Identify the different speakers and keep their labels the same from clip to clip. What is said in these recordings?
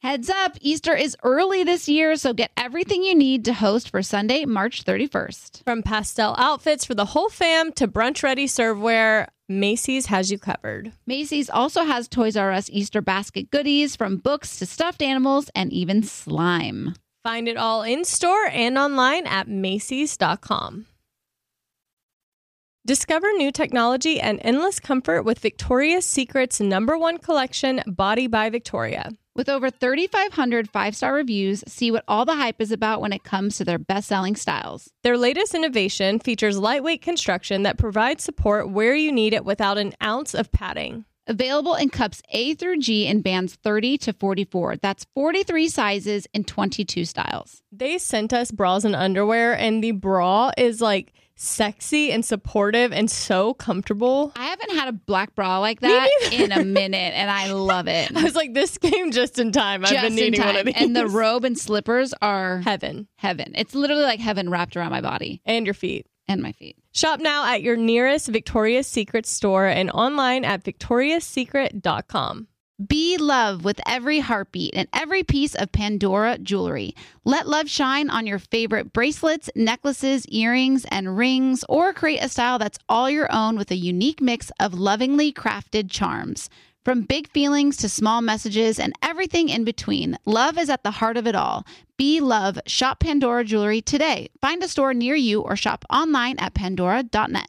Speaker 1: Heads up, Easter is early this year, so get everything you need to host for Sunday, March 31st.
Speaker 2: From pastel outfits for the whole fam to brunch ready serveware, Macy's has you covered.
Speaker 1: Macy's also has Toys R Us Easter basket goodies from books to stuffed animals and even slime.
Speaker 2: Find it all in store and online at Macy's.com. Discover new technology and endless comfort with Victoria's Secret's number one collection, Body by Victoria.
Speaker 1: With over 3,500 five star reviews, see what all the hype is about when it comes to their best selling styles.
Speaker 2: Their latest innovation features lightweight construction that provides support where you need it without an ounce of padding.
Speaker 1: Available in cups A through G in bands 30 to 44. That's 43 sizes and 22 styles.
Speaker 2: They sent us bras and underwear, and the bra is like sexy and supportive and so comfortable.
Speaker 1: I haven't had a black bra like that in a minute, and I love it.
Speaker 2: I was like, this came just in time. I've been
Speaker 1: Just in
Speaker 2: needing
Speaker 1: time.
Speaker 2: one of these.
Speaker 1: And the robe and slippers are
Speaker 2: heaven
Speaker 1: heaven. It's literally like heaven wrapped around my body
Speaker 2: and your feet.
Speaker 1: and my feet.
Speaker 2: Shop now at your nearest Victoria's Secret store and online at victoriassecret.com.
Speaker 1: Be love with every heartbeat and every piece of Pandora jewelry. Let love shine on your favorite bracelets, necklaces, earrings, and rings, or create a style that's all your own with a unique mix of lovingly crafted charms. From big feelings to small messages and everything in between, love is at the heart of it all. Be love. Shop Pandora jewelry today. Find a store near you or shop online at pandora.net.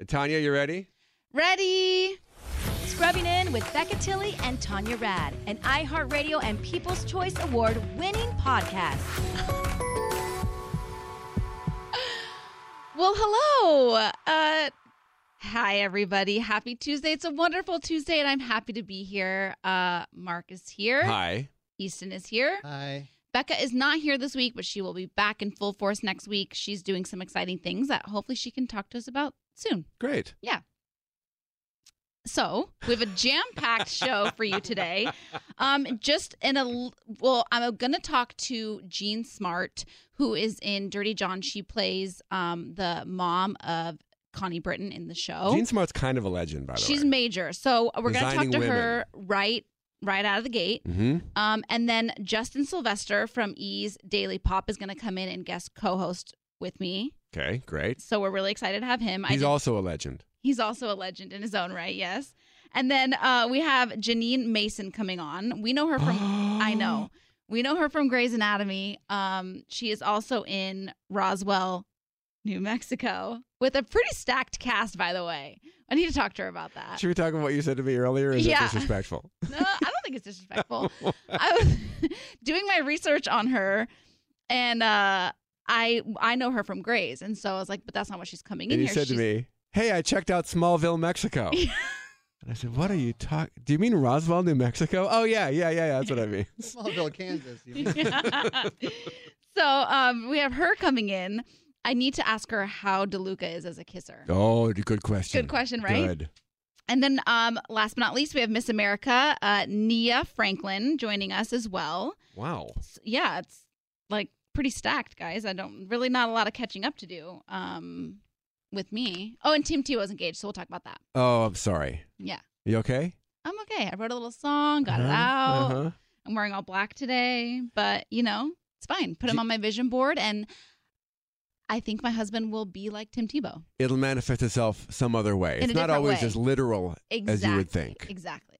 Speaker 3: Uh, Tanya, you ready?
Speaker 1: Ready?
Speaker 4: Scrubbing in with Becca Tilly and Tanya Rad, an iHeartRadio and People's Choice Award winning podcast.
Speaker 1: Well, hello. Uh, hi, everybody. Happy Tuesday. It's a wonderful Tuesday, and I'm happy to be here. Uh, Mark is here.
Speaker 3: Hi.
Speaker 1: Easton is here.
Speaker 5: Hi.
Speaker 1: Becca is not here this week, but she will be back in full force next week. She's doing some exciting things that hopefully she can talk to us about soon.
Speaker 3: Great.
Speaker 1: So we have a jam-packed show for you today. Um, just in a l- well, I'm gonna talk to Jean Smart, who is in Dirty John. She plays um the mom of Connie Britton in the show.
Speaker 3: Gene Smart's kind of a legend, by the
Speaker 1: Oh. She's
Speaker 3: way.
Speaker 1: major, so we're gonna talk
Speaker 3: Designing
Speaker 1: to
Speaker 3: women.
Speaker 1: her right right out of the gate.
Speaker 3: mm-hmm.
Speaker 1: Um, and then Justin Sylvester from E's Daily Pop is going to come in and guest co-host with me.
Speaker 3: Okay, great.
Speaker 1: So we're really excited to have him.
Speaker 3: He's
Speaker 1: did-
Speaker 3: also a legend.
Speaker 1: he's also a legend in his own right. Yes. And then uh, we have Janine Mason coming on. We know her from I know we know her from Grey's Anatomy. Um, she is also in Roswell, New Mexico, with a pretty stacked cast, by the way. I need to talk to her about that.
Speaker 3: Should we talk about what you said to me earlier? or Is
Speaker 1: Yeah.
Speaker 3: it disrespectful?
Speaker 1: No, I don't think it's disrespectful. I was doing my research on her, and uh, I I know her from Grays, and so I was like, but that's not what she's coming in
Speaker 3: and you
Speaker 1: here.
Speaker 3: said to
Speaker 1: She's-
Speaker 3: me, "Hey, I checked out Smallville, Mexico." and I said, "What are you talking? Do you mean Roswell, New Mexico? Oh yeah, yeah, yeah, yeah. That's what I mean."
Speaker 5: Smallville, Kansas. You know.
Speaker 1: so um, we have her coming in. I need to ask her how DeLuca is as a kisser.
Speaker 3: oh, good question.
Speaker 1: Good question, right?
Speaker 3: Good.
Speaker 1: And then, um, last but not least, we have Miss America, uh, Nia Franklin, joining us as well.
Speaker 3: Wow.
Speaker 1: s- yeah, it's like pretty stacked, guys. I don't really not a lot of catching up to do um, with me. Oh, and Tim T was engaged, so we'll talk about that.
Speaker 3: Oh, I'm sorry.
Speaker 1: Yeah,
Speaker 3: You okay?
Speaker 1: I'm okay. I wrote a little song, got it
Speaker 3: Uh-huh,
Speaker 1: out.
Speaker 3: uh-huh.
Speaker 1: I'm wearing all black today, but you know, it's fine. Put him on my vision board, and I think my husband will be like Tim Tebow.
Speaker 3: It'll manifest itself some other way.
Speaker 1: In
Speaker 3: it's
Speaker 1: a
Speaker 3: not
Speaker 1: different
Speaker 3: always
Speaker 1: way.
Speaker 3: as literal as you would think.
Speaker 1: Exactly.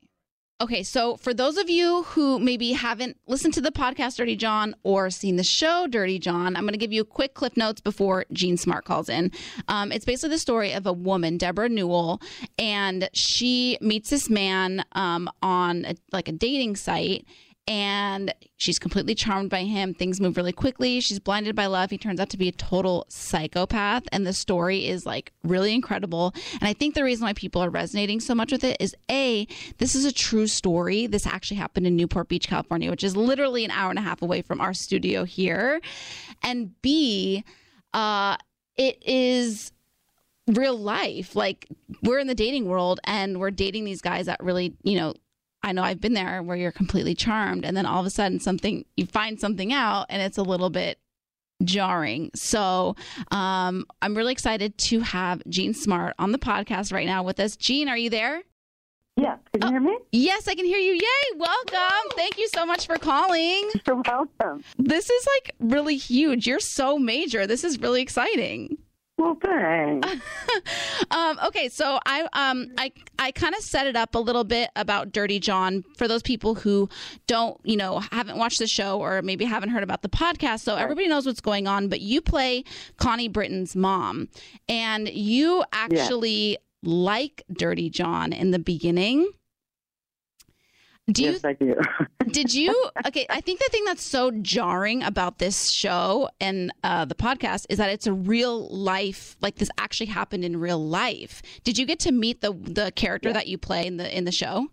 Speaker 1: Okay, so for those of you who maybe haven't listened to the podcast Dirty John or seen the show Dirty John, I'm going to give you quick clip notes before Gene Smart calls in. Um, it's basically the story of a woman, Deborah Newell, and she meets this man um, on a, like a dating site, and she's completely charmed by him. Things move really quickly. She's blinded by love. He turns out to be a total psychopath, and the story is like really incredible. And I think the reason why people are resonating so much with it is A, this is a true story. This actually happened in Newport Beach, California, which is literally an hour and a half away from our studio here. And B, uh, it is real life. Like we're in the dating world and we're dating these guys that really, you know, I know I've been there where you're completely charmed and then all of a sudden something you find something out and it's a little bit jarring. So um, I'm really excited to have Gene Smart on the podcast right now with us. Gene, are you there?
Speaker 6: Yeah, can you hear me?
Speaker 1: Yes, I can hear you. Yay! Welcome. Thank you so much for calling.
Speaker 6: You're welcome.
Speaker 1: This is like really huge. You're so major. This is really exciting.
Speaker 6: Well, thanks.
Speaker 1: um, okay, so I um I I kind of set it up a little bit about Dirty John for those people who don't you know haven't watched the show or maybe haven't heard about the podcast. So everybody knows what's going on, but you play Connie Britton's mom, and you actually like Dirty John in the beginning. Do you
Speaker 6: yes, I do.
Speaker 1: did you okay i think the thing that's so jarring about this show and uh, the podcast is that it's a real life like this actually happened in real life did you get to meet the the character that you play in the in the show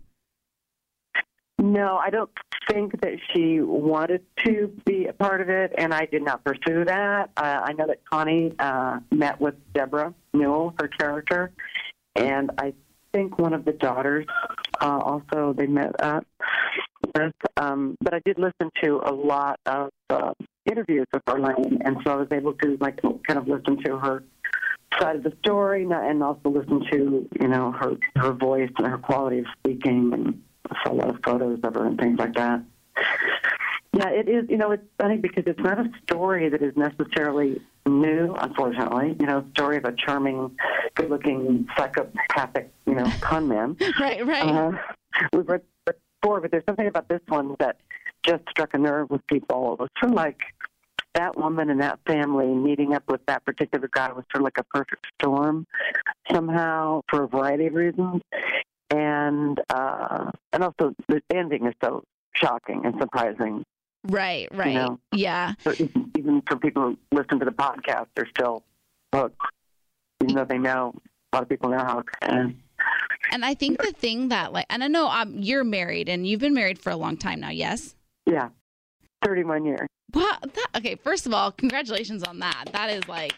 Speaker 6: no, I don't think that she wanted to be a part of it, and I did not pursue that. Uh, I know that Connie uh, met with Deborah Newell, her character, and I think one of the daughters uh, also they met up with. Um, but I did listen to a lot of uh, interviews with Elaine, and so I was able to like kind of listen to her side of the story, and- and also listen to you know her her voice and her quality of speaking, and saw a lot of photos of her and things like that. Yeah, it is. You know, it's funny because it's not a story that is necessarily new, unfortunately. You know, a story of a charming, good-looking, psychopathic, you know, con man.
Speaker 1: right right
Speaker 6: Uh, we've read it before, but there's something about this one that just struck a nerve with people. It was sort of like that woman and that family meeting up with that particular guy was sort of like a perfect storm somehow for a variety of reasons. And uh, and also the ending is so shocking and surprising.
Speaker 1: right right
Speaker 6: know.
Speaker 1: yeah
Speaker 6: So even- even for people who listen to the podcast, they're still hooked, even though they know a lot of people know how. And
Speaker 1: and i think the thing that like and i know um, you're married and you've been married for a long time now yes
Speaker 6: yeah, thirty-one years.
Speaker 1: wow that, okay first of all congratulations on that that is like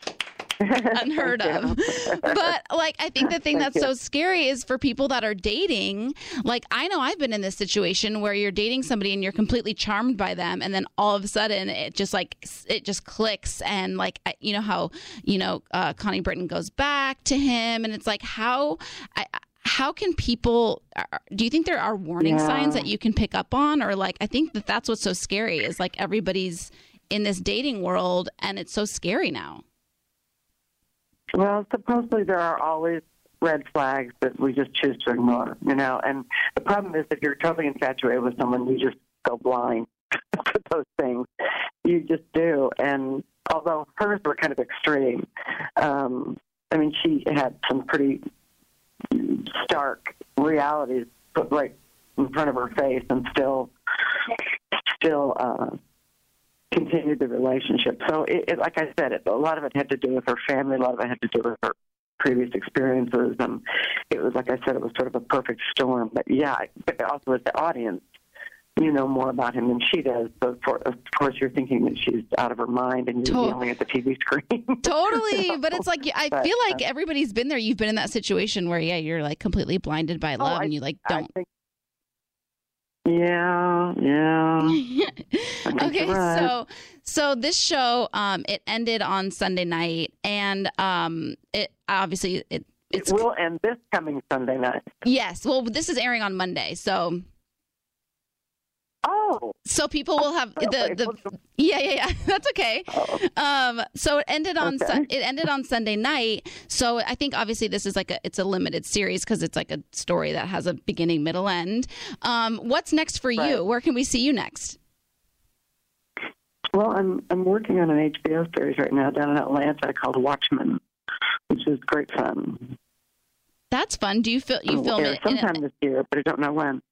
Speaker 1: unheard
Speaker 6: Thank
Speaker 1: of.
Speaker 6: you.
Speaker 1: but like I think the thing
Speaker 6: Thank
Speaker 1: that's
Speaker 6: you.
Speaker 1: so scary is for people that are dating. Like I know I've been in this situation where you're dating somebody and you're completely charmed by them, and then all of a sudden it just like s- it just clicks, and like I- you know how you know uh, Connie Britton goes back to him, and it's like how. I, I- how can people are- do you think there are warning
Speaker 6: Yeah.
Speaker 1: signs that you can pick up on or like i think that that's what's so scary is like everybody's in this dating world and it's so scary now
Speaker 6: Well, supposedly there are always red flags that we just choose to ignore, you know. And the problem is if you're totally infatuated with someone, you just go blind to those things. You just do. And although hers were kind of extreme, um, I mean, she had some pretty stark realities put right in front of her face, and still, still. Uh, continued the relationship. So, it, it, like I said, it, a lot of it had to do with her family. A lot of it had to do with her previous experiences, and it was like I said, it was sort of a perfect storm. But yeah, I- but also as the audience, you know more about him than she does. So, for, of course, you're thinking that she's out of her mind, and you're
Speaker 1: Tot-
Speaker 6: yelling at the TV screen.
Speaker 1: Totally, but it's like I
Speaker 6: But,
Speaker 1: feel like everybody's been there. You've been in that situation where yeah, you're like completely blinded by love,
Speaker 6: Oh, I-
Speaker 1: and you like
Speaker 6: I
Speaker 1: don't.
Speaker 6: think. Yeah, yeah. think
Speaker 1: okay,
Speaker 6: you're right.
Speaker 1: so so this show um it ended on Sunday night, and um it obviously it it's
Speaker 6: it will end this coming Sunday night.
Speaker 1: yes. Well, this is airing on Monday, so
Speaker 6: Oh,
Speaker 1: so people will have the the yeah yeah yeah. That's okay.
Speaker 6: Oh.
Speaker 1: Um, so it ended on
Speaker 6: Okay.
Speaker 1: Sun- it ended on Sunday night. So I think obviously this is like a it's a limited series because it's like a story that has a beginning, middle, end. Um, what's next for you?
Speaker 6: Right.
Speaker 1: Where can we see you next?
Speaker 6: Well, I'm I'm working on an HBO series right now down in Atlanta called Watchmen, which is great fun.
Speaker 1: That's fun. Do you feel you
Speaker 6: It'll
Speaker 1: film
Speaker 6: air
Speaker 1: it? in a-
Speaker 6: sometime this year, but I don't know when.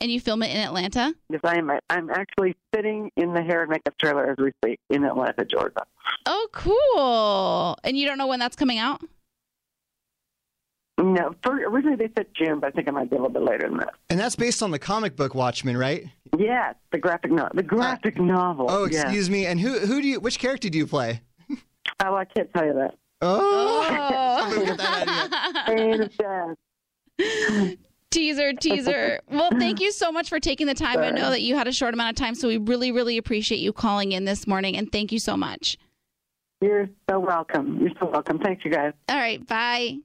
Speaker 1: and you film it in Atlanta?
Speaker 6: Yes, I am. I'm actually sitting in the hair and makeup trailer as we speak in Atlanta, Georgia.
Speaker 1: Oh, cool. And you don't know when that's coming out?
Speaker 6: No, for, originally they said June, but I think it might be a little bit later than that.
Speaker 7: And that's based on the comic book Watchmen, right?
Speaker 6: Yes, the graphic novel. The graphic novel.
Speaker 7: Oh,
Speaker 6: yes.
Speaker 7: excuse me. And who who do you which character do you play?
Speaker 6: Oh, I can't tell you that.
Speaker 7: Oh,
Speaker 1: Oh.
Speaker 7: Somebody get that out of
Speaker 6: And it says,
Speaker 1: teaser, teaser. Well, thank you so much for taking the time. I know that you had a short amount of time, so we really, really appreciate you calling in this morning, and thank you so much.
Speaker 6: You're so welcome. You're so welcome. Thanks, you guys.
Speaker 1: All right, bye.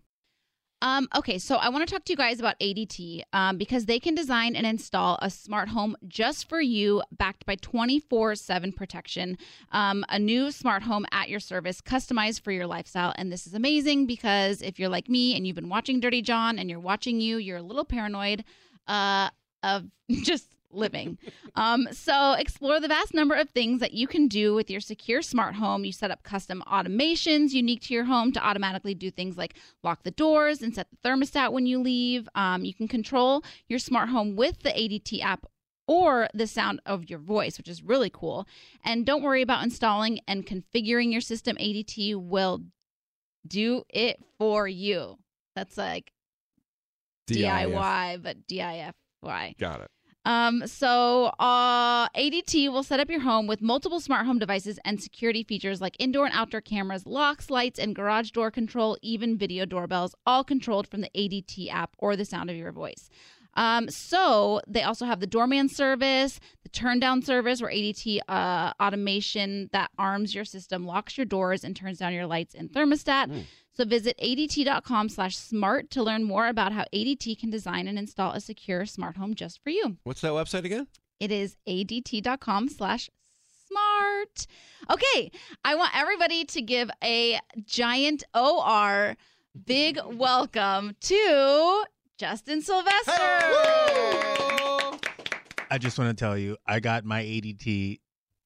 Speaker 1: Um, okay, so I want to talk to you guys about ADT um, because they can design and install a smart home just for you, backed by 24 7 protection. Um, a new smart home at your service, customized for your lifestyle. And this is amazing because if you're like me and you've been watching Dirty John and you're watching you, you're a little paranoid uh, of just living. Um, so explore the vast number of things that you can do with your secure smart home. You set up custom automations unique to your home to automatically do things like lock the doors and set the thermostat when you leave. Um, you can control your smart home with the ADT app or the sound of your voice, which is really cool. And don't worry about installing and configuring your system. ADT will do it for you. That's like DIY, but DIFY.
Speaker 3: Got it.
Speaker 1: Um, so uh, ADT will set up your home with multiple smart home devices and security features like indoor and outdoor cameras, locks, lights, and garage door control, even video doorbells, all controlled from the ADT app or the sound of your voice. Um, so they also have the doorman service, the turn down service, where ADT uh, automation that arms your system, locks your doors, and turns down your lights and thermostat. So visit ADT.com slash smart to learn more about how ADT can design and install a secure smart home just for you.
Speaker 3: What's that website again?
Speaker 1: It is adt.com slash smart. Okay. I want everybody to give a giant OR big welcome to Justin Sylvester.
Speaker 8: I just want to tell you, I got my ADT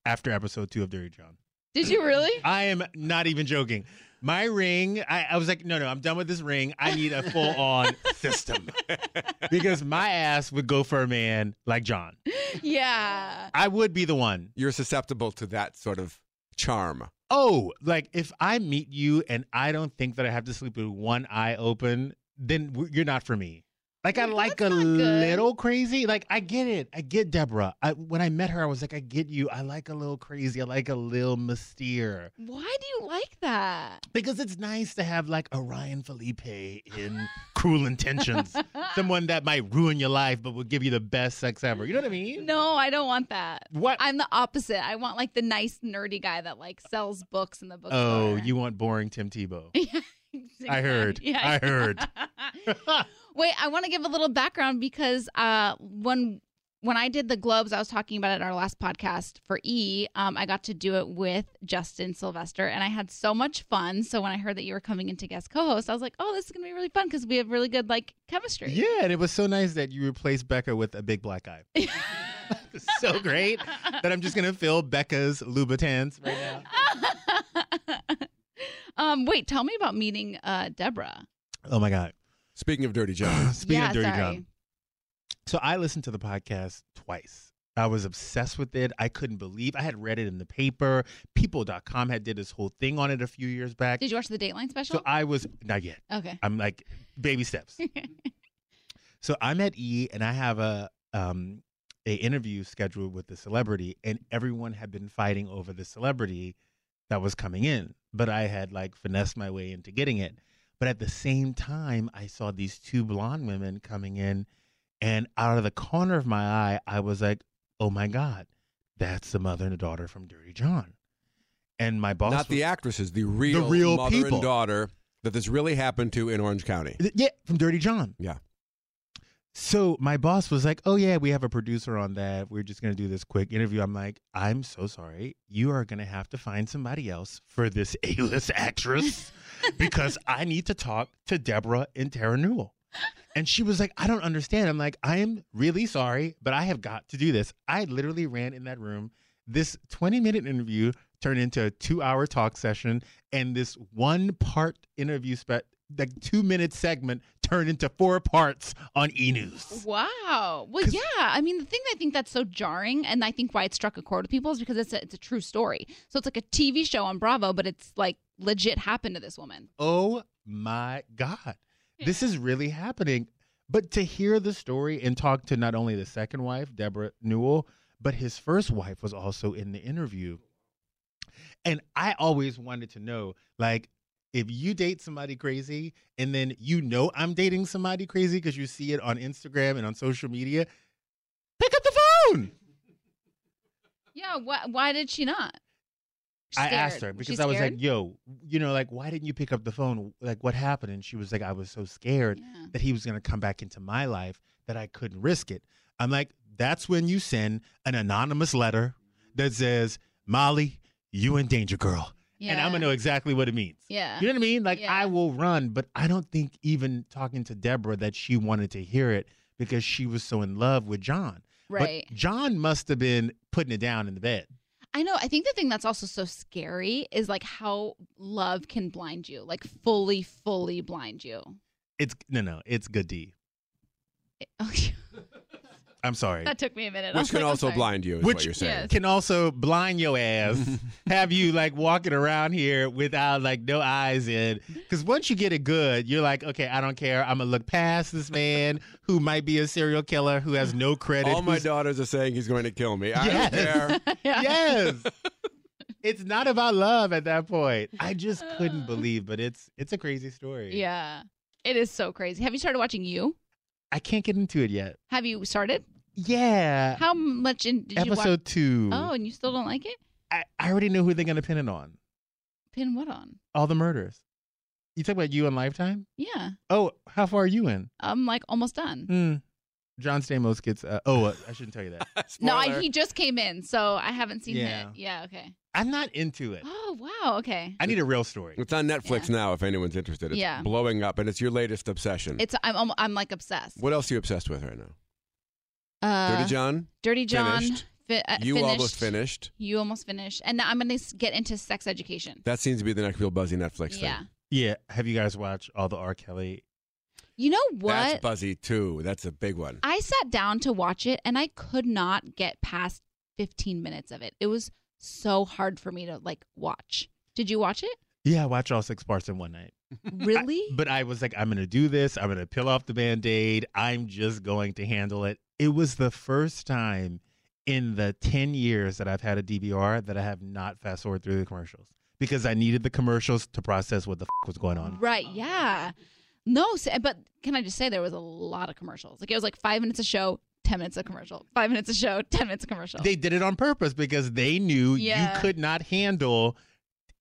Speaker 8: after episode two of Dirty John.
Speaker 1: Did you really?
Speaker 8: I am not even joking. My ring, I, I was like, no, no, I'm done with this ring. I need a full on system because my ass would go for a man like John.
Speaker 1: yeah.
Speaker 8: I would be the one.
Speaker 3: You're susceptible to that sort of charm.
Speaker 8: Oh, like if I meet you and I don't think that I have to sleep with one eye open, then w- you're not for me. Like I
Speaker 1: Well,
Speaker 8: like a
Speaker 1: that's not good.
Speaker 8: little crazy. Like I get it. I get Deborah. I, when I met her, I was like, I get you. I like a little crazy. I like a little mystere.
Speaker 1: Why do you like that?
Speaker 8: Because it's nice to have like a Ryan Felipe in Cruel Intentions, someone that might ruin your life but will give you the best sex ever. You know what I mean?
Speaker 1: No, I don't want that.
Speaker 8: What?
Speaker 1: I'm the opposite. I want like the nice nerdy guy that like sells books in the bookstore.
Speaker 8: oh, you want boring Tim Tebow? I heard. I heard.
Speaker 1: Wait, I want to give a little background because uh, when when I did the globes, I was talking about it in our last podcast for E. Um, I got to do it with Justin Sylvester, and I had so much fun. So when I heard that you were coming in to guest co-host, I was like, "Oh, this is gonna be really fun because we have really good like chemistry."
Speaker 8: yeah, and it was so nice that you replaced Becca with a big black guy. It's so great that I'm just gonna fill Becca's Louboutins right now.
Speaker 1: um, wait, tell me about meeting uh, Deborah.
Speaker 8: Oh my god.
Speaker 3: Speaking of dirty jobs,
Speaker 8: Speaking
Speaker 1: yeah,
Speaker 8: of dirty
Speaker 1: sorry.
Speaker 8: job. So I listened to the podcast twice. I was obsessed with it. I couldn't believe I had read it in the paper. People.com had did this whole thing on it a few years back.
Speaker 1: Did you watch the Dateline special?
Speaker 8: so I was not yet.
Speaker 1: okay.
Speaker 8: I'm like baby steps. so I'm at E and I have a um a interview scheduled with the celebrity and everyone had been fighting over the celebrity that was coming in, but I had like finessed my way into getting it. But at the same time, I saw these two blonde women coming in and out of the corner of my eye, I was like, "Oh my god, that's the mother and the daughter from Dirty John." And my boss
Speaker 3: not the actresses, the real,
Speaker 8: real
Speaker 3: mother
Speaker 8: people.
Speaker 3: and daughter that this really happened to in Orange County.
Speaker 8: Th- Yeah, from Dirty John.
Speaker 3: Yeah.
Speaker 8: So my boss was like, "Oh yeah, we have a producer on that. We're just gonna do this quick interview." I'm like, "I'm so sorry. You are gonna have to find somebody else for this A-list actress because I need to talk to Deborah and Tara Newell." And she was like, "I don't understand." I'm like, "I am really sorry, but I have got to do this." I literally ran in that room. This 20-minute interview turned into a two-hour talk session, and this one-part interview spe- like two minute segment turned into four parts on E News.
Speaker 1: Wow. Well, yeah. I mean, the thing that I think that's so jarring, and I think why it struck a chord with people is because it's a, it's a true story. So it's like a TV show on Bravo, but it's like legit happened to this woman.
Speaker 8: Oh my God. This is really happening. But to hear the story and talk to not only the second wife, Deborah Newell, but his first wife was also in the interview. And I always wanted to know like, if you date somebody crazy and then you know I'm dating somebody crazy because you see it on Instagram and on social media, pick up the phone.
Speaker 1: Yeah. Why, why did she not?
Speaker 8: I
Speaker 1: Scared.
Speaker 8: asked her
Speaker 1: Was
Speaker 8: because
Speaker 1: she
Speaker 8: I was like,
Speaker 1: scared?
Speaker 8: yo, you know, like, why didn't you pick up the phone? Like, what happened? And she was like, I was so scared
Speaker 1: Yeah.
Speaker 8: that he was going to come back into my life that I couldn't risk it. I'm like, that's when you send an anonymous letter that says, Molly, you in danger, girl.
Speaker 1: yeah.
Speaker 8: And I'm going to know exactly what it means.
Speaker 1: Yeah.
Speaker 8: You know what I mean? Like,
Speaker 1: Yeah.
Speaker 8: I will run, but I don't think even talking to Deborah that she wanted to hear it because she was so in love with John. But
Speaker 1: Right.
Speaker 8: John must have been putting it down in the bed.
Speaker 1: I know. I think the thing that's also so scary is like how love can blind you, like fully, fully blind you.
Speaker 8: It's no, no, it's good D.
Speaker 1: Okay.
Speaker 8: I'm sorry.
Speaker 1: that took me a minute. I was
Speaker 3: Which can
Speaker 1: like, I'm
Speaker 3: also
Speaker 1: sorry.
Speaker 3: blind you, is
Speaker 8: Which-
Speaker 3: what you're saying.
Speaker 1: Yes.
Speaker 8: Can also blind your ass, have you like walking around here without like no eyes in. Because once you get it good, you're like, okay, I don't care. I'm gonna look past this man who might be a serial killer who has no credit.
Speaker 3: All my
Speaker 8: who's-
Speaker 3: daughters are saying he's going to kill me. I
Speaker 8: Yes.
Speaker 3: don't care.
Speaker 1: yeah.
Speaker 8: yes. It's not about love at that point. I just couldn't believe, but it's it's a crazy story.
Speaker 1: Yeah. It is so crazy. Have you started watching you?
Speaker 8: I can't get into it yet.
Speaker 1: Have you started?
Speaker 8: Yeah.
Speaker 1: How much in did you watch?
Speaker 8: Episode two.
Speaker 1: Oh, and you still don't like it?
Speaker 8: I, I already know who they're gonna pin it on.
Speaker 1: Pin what on?
Speaker 8: All the murders. You talk about you and Lifetime?
Speaker 1: Yeah.
Speaker 8: Oh, how far are you in?
Speaker 1: I'm like almost done.
Speaker 8: Hmm. John Stamos gets. Uh, oh, uh, I shouldn't tell you that.
Speaker 1: No, I,
Speaker 3: Spoiler.
Speaker 1: he just came in, so I haven't seen
Speaker 8: Yeah.
Speaker 1: it. Yeah, okay.
Speaker 8: I'm not into it.
Speaker 1: Oh, wow, okay.
Speaker 8: I need a real story.
Speaker 3: It's on Netflix now if anyone's interested. It's
Speaker 1: Yeah.
Speaker 3: blowing up and it's your latest obsession.
Speaker 1: It's I'm almo- I'm like obsessed.
Speaker 3: what else are you obsessed with right now?
Speaker 1: Uh,
Speaker 3: Dirty John?
Speaker 1: Dirty John.
Speaker 3: Finished.
Speaker 1: fi- uh,
Speaker 3: you
Speaker 1: finished.
Speaker 3: almost finished.
Speaker 1: You almost finished. And now I'm going to get into sex education.
Speaker 3: That seems to be the next real buzzy Netflix thing.
Speaker 1: yeah.
Speaker 8: Yeah. Have you guys watched all the R. Kelly?
Speaker 1: You know
Speaker 3: That's
Speaker 1: what?
Speaker 3: buzzy too. That's a big one.
Speaker 1: I sat down to watch it and I could not get past 15 minutes of it. It was so hard for me to like watch. Did you watch it?
Speaker 8: Yeah, I watched all six parts in one night.
Speaker 1: Really?
Speaker 8: But I was like, I'm gonna do this. I'm gonna peel off the band aid. I'm just going to handle it. It was the first time in the 10 years that I've had a DVR that I have not fast forwarded through the commercials because I needed the commercials to process what the f- was going on.
Speaker 1: Right. Yeah. No, s- eh, but can I just say there was a lot of commercials? Like it was like five minutes a show, ten minutes a commercial, five minutes a show, ten minutes a commercial.
Speaker 8: They did it on purpose because they knew
Speaker 1: Oh. Yeah.
Speaker 8: you could not handle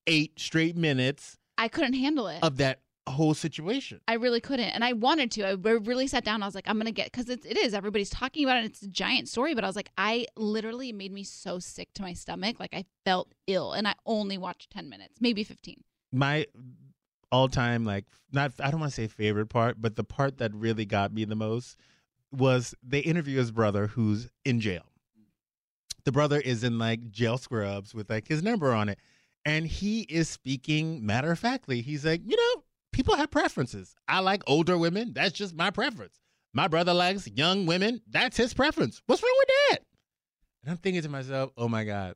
Speaker 8: eight straight minutes
Speaker 1: I couldn't handle it.
Speaker 8: of that whole situation.
Speaker 1: I really couldn't, and I wanted to. I re- really sat down. I was like, I'm gonna get because it, it is everybody's talking about it. And it's a giant story, but I was like, I literally it made me so sick to my stomach. Like I felt ill, and I only watched ten minutes, maybe fifteen.
Speaker 8: My all-time like not I don't want to say favorite part, but the part that really got me the most was they interview his brother who's in jail. The brother is in like jail scrubs with like his number on it. And he is speaking matter of factly. He's like, you know, people have preferences. I like older women. That's just my preference. My brother likes young women. That's his preference. What's wrong with that? And I'm thinking to myself, oh my God,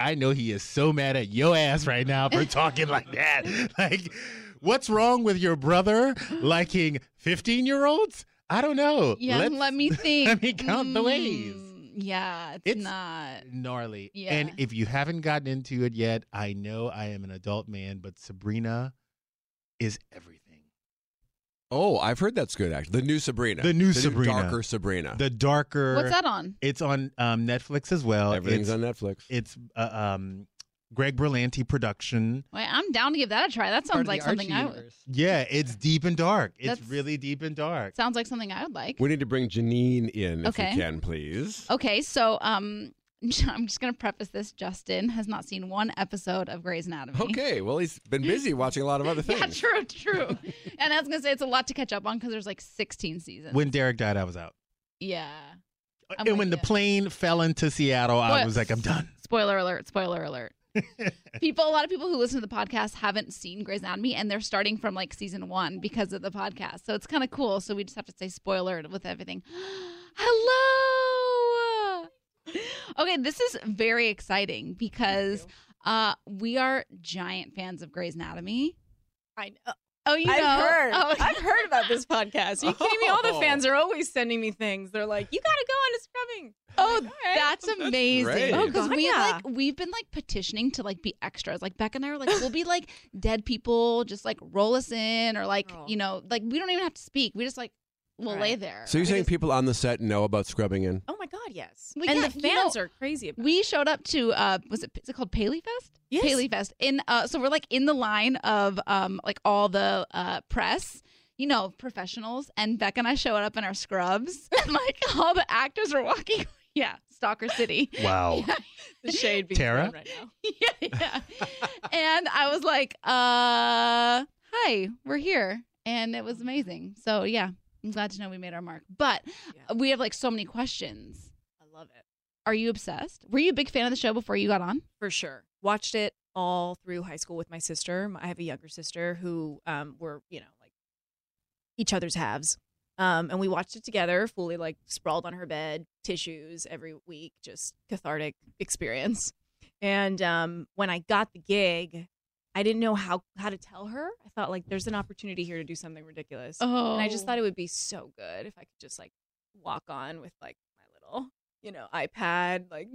Speaker 8: I know he is so mad at your ass right now for talking like that. Like, what's wrong with your brother liking 15 year olds? I don't know.
Speaker 1: Yeah,
Speaker 8: Let's-
Speaker 1: let me think.
Speaker 8: let me count the ways.
Speaker 1: Mm, Yeah, it's,
Speaker 8: It's-
Speaker 1: not.
Speaker 8: Gnarly.
Speaker 1: Yeah.
Speaker 8: And if you haven't gotten into it yet, I know I am an adult man, but Sabrina is everything.
Speaker 3: Oh, I've heard that's good actually. The new Sabrina.
Speaker 8: The new Sabrina.
Speaker 3: darker Sabrina.
Speaker 8: The darker.
Speaker 1: What's that on?
Speaker 8: It's on um, Netflix as well.
Speaker 3: Everything's
Speaker 8: it's,
Speaker 3: on Netflix.
Speaker 8: It's uh, um, Greg Berlanti production.
Speaker 1: Wait, I'm down to give that a try. That sounds like something I would.
Speaker 8: Yeah, it's deep and dark. It's
Speaker 1: That's-
Speaker 8: really deep and dark.
Speaker 1: Sounds like something I would like.
Speaker 3: We need to bring Janine in if
Speaker 1: Okay.
Speaker 3: we can, please.
Speaker 1: Okay, so um, I'm just gonna preface this. Justin has not seen one episode of Grey's Anatomy.
Speaker 3: Okay. Well, he's been busy watching a lot of other
Speaker 1: Yeah,
Speaker 3: things.
Speaker 1: true, true. and I was gonna say it's a lot to catch up on because there's like 16 seasons.
Speaker 8: When Derek died, I was out.
Speaker 1: yeah. I'm
Speaker 8: and
Speaker 1: with
Speaker 8: when the
Speaker 1: you.
Speaker 8: plane fell into Seattle, I
Speaker 1: What?
Speaker 8: was like, I'm done.
Speaker 1: Spoiler alert! Spoiler alert! people, a lot of people who listen to the podcast haven't seen Grey's Anatomy, and they're starting from like season one because of the podcast. So it's kind of cool. So we just have to say spoiler with everything. Hello. Okay, this is very exciting because uh, we are giant fans of Grey's Anatomy.
Speaker 9: I know.
Speaker 1: Oh, you
Speaker 9: I've
Speaker 1: know.
Speaker 9: heard.
Speaker 1: Oh,
Speaker 9: I've heard about this podcast. Are you kidding me? All the
Speaker 3: Oh.
Speaker 9: fans are always sending me things. They're like, "You gotta go on to scrubbing."
Speaker 1: Oh,
Speaker 9: All right.
Speaker 1: that's amazing.
Speaker 3: great.
Speaker 1: Oh,
Speaker 3: Oh,
Speaker 1: because
Speaker 9: God,
Speaker 1: we
Speaker 9: yeah.
Speaker 1: like we've been like petitioning to like be extras. Like Beck and I were like, we'll be like dead people, just like roll us in, or like
Speaker 9: Girl.
Speaker 1: you know, like we don't even have to speak. We just like we'll lay
Speaker 9: Oh. Right.
Speaker 1: there.
Speaker 3: So you're
Speaker 1: We
Speaker 3: saying
Speaker 1: just-
Speaker 3: people on the set know about scrubbing in?
Speaker 9: Oh my god, yes.
Speaker 1: Well,
Speaker 9: and
Speaker 1: yeah,
Speaker 9: the
Speaker 1: you know,
Speaker 9: fans are crazy about.
Speaker 1: we showed up to uh was it is it called Paley Fest?
Speaker 9: Yes.
Speaker 1: Paley Fest. In uh so we're like in the line of um like all the uh press, you know, professionals and Beck and I showed up in our scrubs and like all the actors are walking yeah, Stalker City.
Speaker 3: Oh.
Speaker 8: Wow.
Speaker 1: Yeah.
Speaker 9: it. the shade being
Speaker 8: Tara?
Speaker 9: thrown right now.
Speaker 1: yeah, yeah. and I was like, uh, hi, we're here. And it was amazing. So yeah, I'm glad to know we made our mark. But
Speaker 9: Yeah.
Speaker 1: we have like so many questions.
Speaker 9: I love it
Speaker 1: Are you obsessed? Were you a big fan of the show before you got on?
Speaker 9: for sure. Watched it all through high school with my sister. My- I have a younger sister who um were you know like each other's halves. Um, and we watched it together, fully like sprawled on her bed, tissues every week, just cathartic experience. And um, when I got the gig, I didn't know how how to tell her. I thought like there's an opportunity here to do something ridiculous.
Speaker 1: Oh,
Speaker 9: And I just thought it would be so good if I could just like walk on with like my little, you know, iPad, like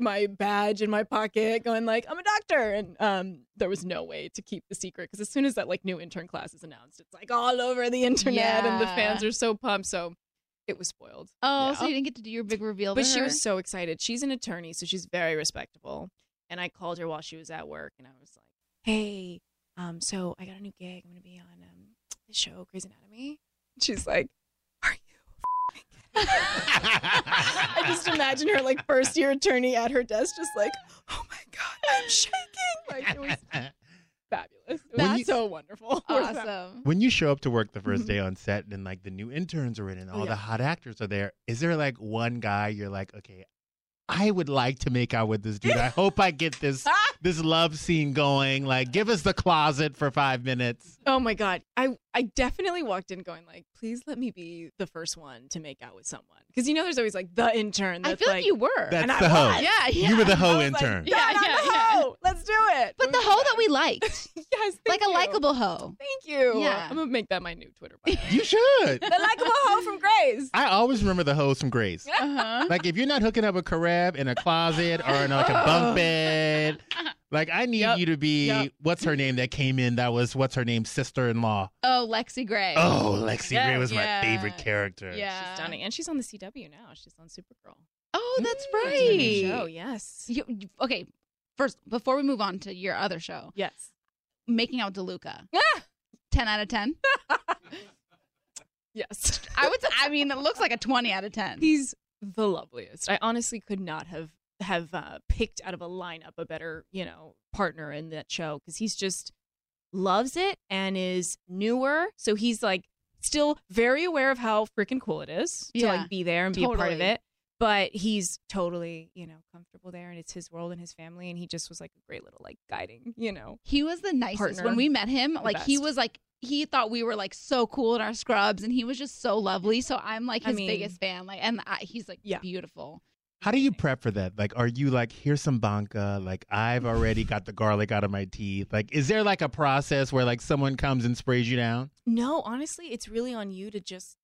Speaker 9: my badge in my pocket, going like, I'm a doctor. And um there was no way to keep the secret because as soon as that like new intern class is announced, it's like all over the internet and the
Speaker 1: Yeah.
Speaker 9: fans are so pumped. So it was spoiled.
Speaker 1: Oh, so
Speaker 9: Yeah.
Speaker 1: you didn't get to do your big reveal,
Speaker 9: But
Speaker 1: to
Speaker 9: she
Speaker 1: her?
Speaker 9: was so excited. She's an attorney, so she's very respectable. And I called her while she was at work, and I was like, "Hey, um, so I got a new gig. I'm gonna be on um, the show Grey's Anatomy." She's like, "Are you?" I just imagine her like first year attorney at her desk, just like, "Oh my god, I'm shaking!" Like it was fabulous. It
Speaker 1: When
Speaker 9: was
Speaker 1: you-
Speaker 9: so wonderful.
Speaker 1: awesome.
Speaker 8: when you show up to work the 1st day on set and like the new interns are in and
Speaker 9: Mm-hmm. Oh,
Speaker 8: all
Speaker 9: yeah.
Speaker 8: the hot actors are there, is there like one guy you're like, okay, I would like to make out with this dude. I hope I get this this love scene going. Like, give us the closet for five minutes.
Speaker 9: Oh my god. I I definitely walked in going like, "Please let me be the first one to make out with someone," because you know there's always like the intern.
Speaker 1: I
Speaker 9: That's
Speaker 1: feel like,
Speaker 9: like
Speaker 1: you were.
Speaker 8: That's
Speaker 9: And I
Speaker 8: the hoe.
Speaker 9: was.
Speaker 1: yeah, yeah.
Speaker 8: You were the hoe
Speaker 9: I was like,
Speaker 8: intern.
Speaker 1: Yeah,
Speaker 9: "Dad, I'm
Speaker 1: yeah,
Speaker 9: the
Speaker 1: yeah.
Speaker 9: hoe. Let's do it.
Speaker 1: but the hoe that we liked,
Speaker 9: we yes,
Speaker 1: like
Speaker 9: thank
Speaker 1: a
Speaker 9: you.
Speaker 1: likable hoe.
Speaker 9: Thank you.
Speaker 1: Yeah.
Speaker 9: I'm gonna make that my new Twitter bio.
Speaker 8: You should.
Speaker 9: the likable hoe from Grays.
Speaker 8: I always remember the hoes from Grace.
Speaker 1: Uh-huh.
Speaker 8: Like if you're not hooking up a Kareb in a closet or in like a bunk bed, like I need
Speaker 9: Yep.
Speaker 8: you to be
Speaker 9: Yep.
Speaker 8: what's her name that came in that was what's her name sister in law.
Speaker 1: oh, Lexi Gray.
Speaker 8: Oh, Lexi
Speaker 9: Yeah.
Speaker 8: Gray was
Speaker 1: Yeah.
Speaker 8: my favorite character.
Speaker 1: yeah.
Speaker 9: She's stunning, and she's on the CW now. She's on Supergirl.
Speaker 1: Oh, that's
Speaker 9: Mm,
Speaker 1: right.
Speaker 9: doing a new Show yes,
Speaker 1: You, you- okay, first before we move on to your other show,
Speaker 9: yes.
Speaker 1: making out DeLuca,
Speaker 9: Ah!
Speaker 1: ten out of ten.
Speaker 9: Yes,
Speaker 1: I would. Say, I mean, it looks like a twenty out of ten.
Speaker 9: he's the loveliest. I honestly could not have have uh, picked out of a lineup a better you know partner in that show because he's just loves it and is newer. So he's like still very aware of how freaking cool it is to
Speaker 1: Yeah.
Speaker 9: like be there and be a part of
Speaker 1: Totally.
Speaker 9: it. But he's totally, you know, comfortable there and it's his world and his family and he just was like a great little like guiding, you know.
Speaker 1: He was the nicest
Speaker 9: Partner.
Speaker 1: when we met him. like he
Speaker 9: best.
Speaker 1: was like he thought we were like so cool in our scrubs, and he was just so lovely. So I'm like
Speaker 9: I
Speaker 1: his
Speaker 9: mean-
Speaker 1: biggest fan. Like, and I, he's like
Speaker 9: Yeah.
Speaker 1: beautiful.
Speaker 8: How do you prep for that? Like, are you like, here's some banca? Like, I've already got the garlic out of my teeth. Like, is there like a process where like someone comes and sprays you down?
Speaker 9: No, honestly, it's really on you to just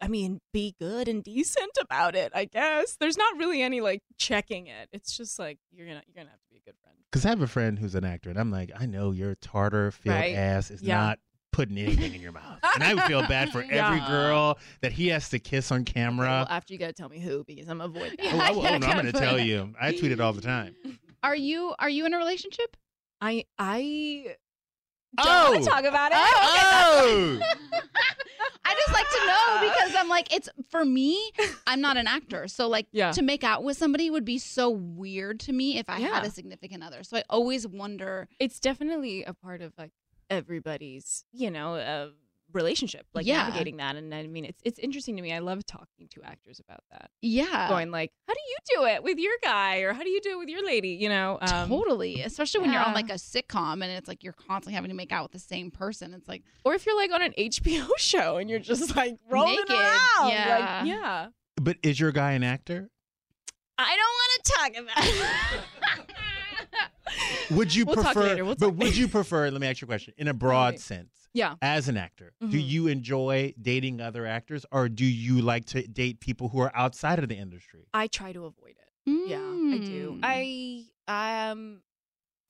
Speaker 9: I mean, be good and decent about it, I guess. There's not really any like checking it. It's just like you're going to you're going to have to be a good friend.
Speaker 8: Because I have a friend who's an actor, and I'm like, I know your tartar field
Speaker 9: Right.
Speaker 8: ass is
Speaker 9: Yeah.
Speaker 8: not putting anything in your mouth, and I would feel bad for every
Speaker 9: Yeah.
Speaker 8: girl that he has to kiss on camera.
Speaker 9: Well, after you got to tell me who because I'm avoiding that.
Speaker 1: Yeah.
Speaker 8: Oh, I, will- oh, no, I'm going to
Speaker 1: Definitely.
Speaker 8: tell you. I tweet it all the time.
Speaker 1: Are you are you in a relationship?
Speaker 9: I I don't
Speaker 8: Oh!
Speaker 9: want to talk about it.
Speaker 8: Oh,
Speaker 1: I just like to know because I'm like it's for me. I'm not an actor, so like
Speaker 9: Yeah.
Speaker 1: to make out with somebody would be so weird to me if I had
Speaker 9: Yeah.
Speaker 1: a significant other. So I always wonder.
Speaker 9: It's definitely a part of like everybody's, you know, uh, relationship, like
Speaker 1: Yeah.
Speaker 9: navigating that. And I mean, it's it's interesting to me. I love talking to actors about that,
Speaker 8: Uh,
Speaker 1: Yeah.
Speaker 9: going like, "How do you do it with your guy?" or "How do you do it with your lady?" You know, um,
Speaker 1: totally. Especially when you're on
Speaker 9: yeah.
Speaker 1: like a sitcom and it's like you're constantly having to make out with the same person. It's like
Speaker 9: or if you're like on an HBO show and you're just like rolling
Speaker 1: Naked,
Speaker 9: around,
Speaker 1: yeah.
Speaker 9: like, yeah.
Speaker 8: But is your guy an actor?
Speaker 9: I don't want to talk about.
Speaker 8: Would you
Speaker 9: We'll
Speaker 8: prefer?
Speaker 9: talk later, we'll
Speaker 8: but
Speaker 9: talk-
Speaker 8: would you prefer? Let me ask you a question. In a broad
Speaker 9: Right.
Speaker 8: sense,
Speaker 9: Yeah.
Speaker 8: as an actor, do
Speaker 9: Mhm.
Speaker 8: you enjoy dating other actors, or do you like to date people who are outside of the industry?
Speaker 9: I try to avoid it. Yeah, I do.
Speaker 1: mm.
Speaker 9: I um,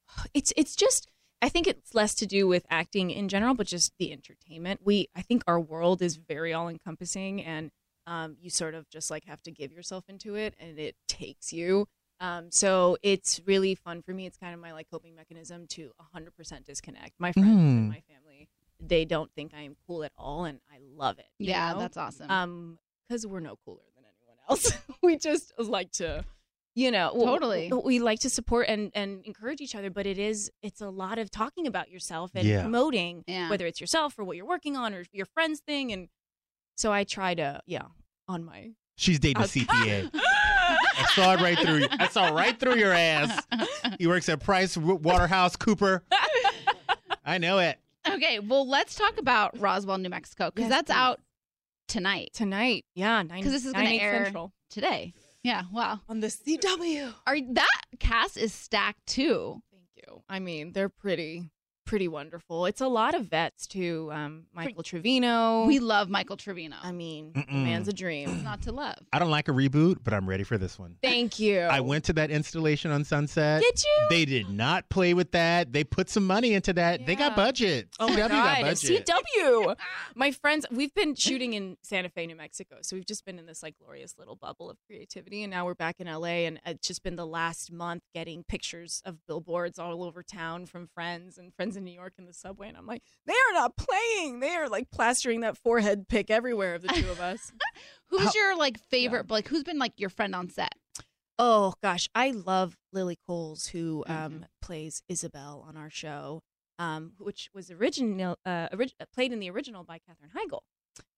Speaker 9: it's it's just I think it's less to do with acting in general, but just the entertainment. We I think our world is very all encompassing, and um, you sort of just like have to give yourself into it, and it takes you. Um, so it's really fun for me. It's kind of my like coping mechanism to 100% disconnect. My friends and
Speaker 8: Mm.
Speaker 9: my family, they don't think I am cool at all, and I love it. you
Speaker 1: Yeah,
Speaker 9: know?
Speaker 1: that's awesome.
Speaker 9: um because we're no cooler than anyone else we just like to you know w-
Speaker 1: Totally.
Speaker 9: w- we like to support and and encourage each other but it is it's a lot of talking about yourself and
Speaker 8: Yeah.
Speaker 9: promoting
Speaker 1: Yeah.
Speaker 9: whether it's yourself or what you're working on or your friend's thing and so i try to yeah on my
Speaker 8: She's dating a
Speaker 9: Outside.
Speaker 8: CPA. I saw it right through you. I saw right through your ass. He works at Price Waterhouse Cooper. I know it.
Speaker 1: okay, well, let's talk about Roswell, New Mexico, because
Speaker 9: Yes,
Speaker 1: that's
Speaker 9: please.
Speaker 1: out tonight,
Speaker 9: tonight yeah 9
Speaker 1: 'Cause this is gonna
Speaker 9: 9, eight
Speaker 1: air-
Speaker 9: central
Speaker 1: today. Yeah, wow.
Speaker 9: on the cw
Speaker 1: Are that cast is stacked too?
Speaker 9: thank you i mean they're pretty pretty wonderful it's a lot of vets too um michael trevino
Speaker 1: We love Michael Trevino.
Speaker 9: i mean the
Speaker 8: Mm-mm.
Speaker 9: man's a dream
Speaker 1: not to love.
Speaker 8: I don't like a reboot, but I'm ready for this one.
Speaker 9: Thank you.
Speaker 8: I went to that installation on Sunset.
Speaker 9: Did you?
Speaker 8: They did not play with that. They put some money into that. They got
Speaker 9: Yeah.
Speaker 8: budget.
Speaker 9: Oh my
Speaker 8: CW got
Speaker 9: God,
Speaker 8: budget.
Speaker 9: CW. My friends, we've been shooting in Santa Fe, New Mexico, so we've just been in this like glorious little bubble of creativity, and now we're back in LA, and it's just been the last month getting pictures of billboards all over town from friends and friends in New York in the subway, and I'm like, they are not playing. They are like plastering that forehead pic everywhere of the two of us.
Speaker 1: Who's
Speaker 8: How-
Speaker 1: your like favorite? Like, who's been like your friend on set?
Speaker 9: Oh gosh, I love Lily Coles, who
Speaker 1: Mhm.
Speaker 9: um, plays Isabel on our show, um, which was original uh, orig- uh, played in the original by Katherine Heigl.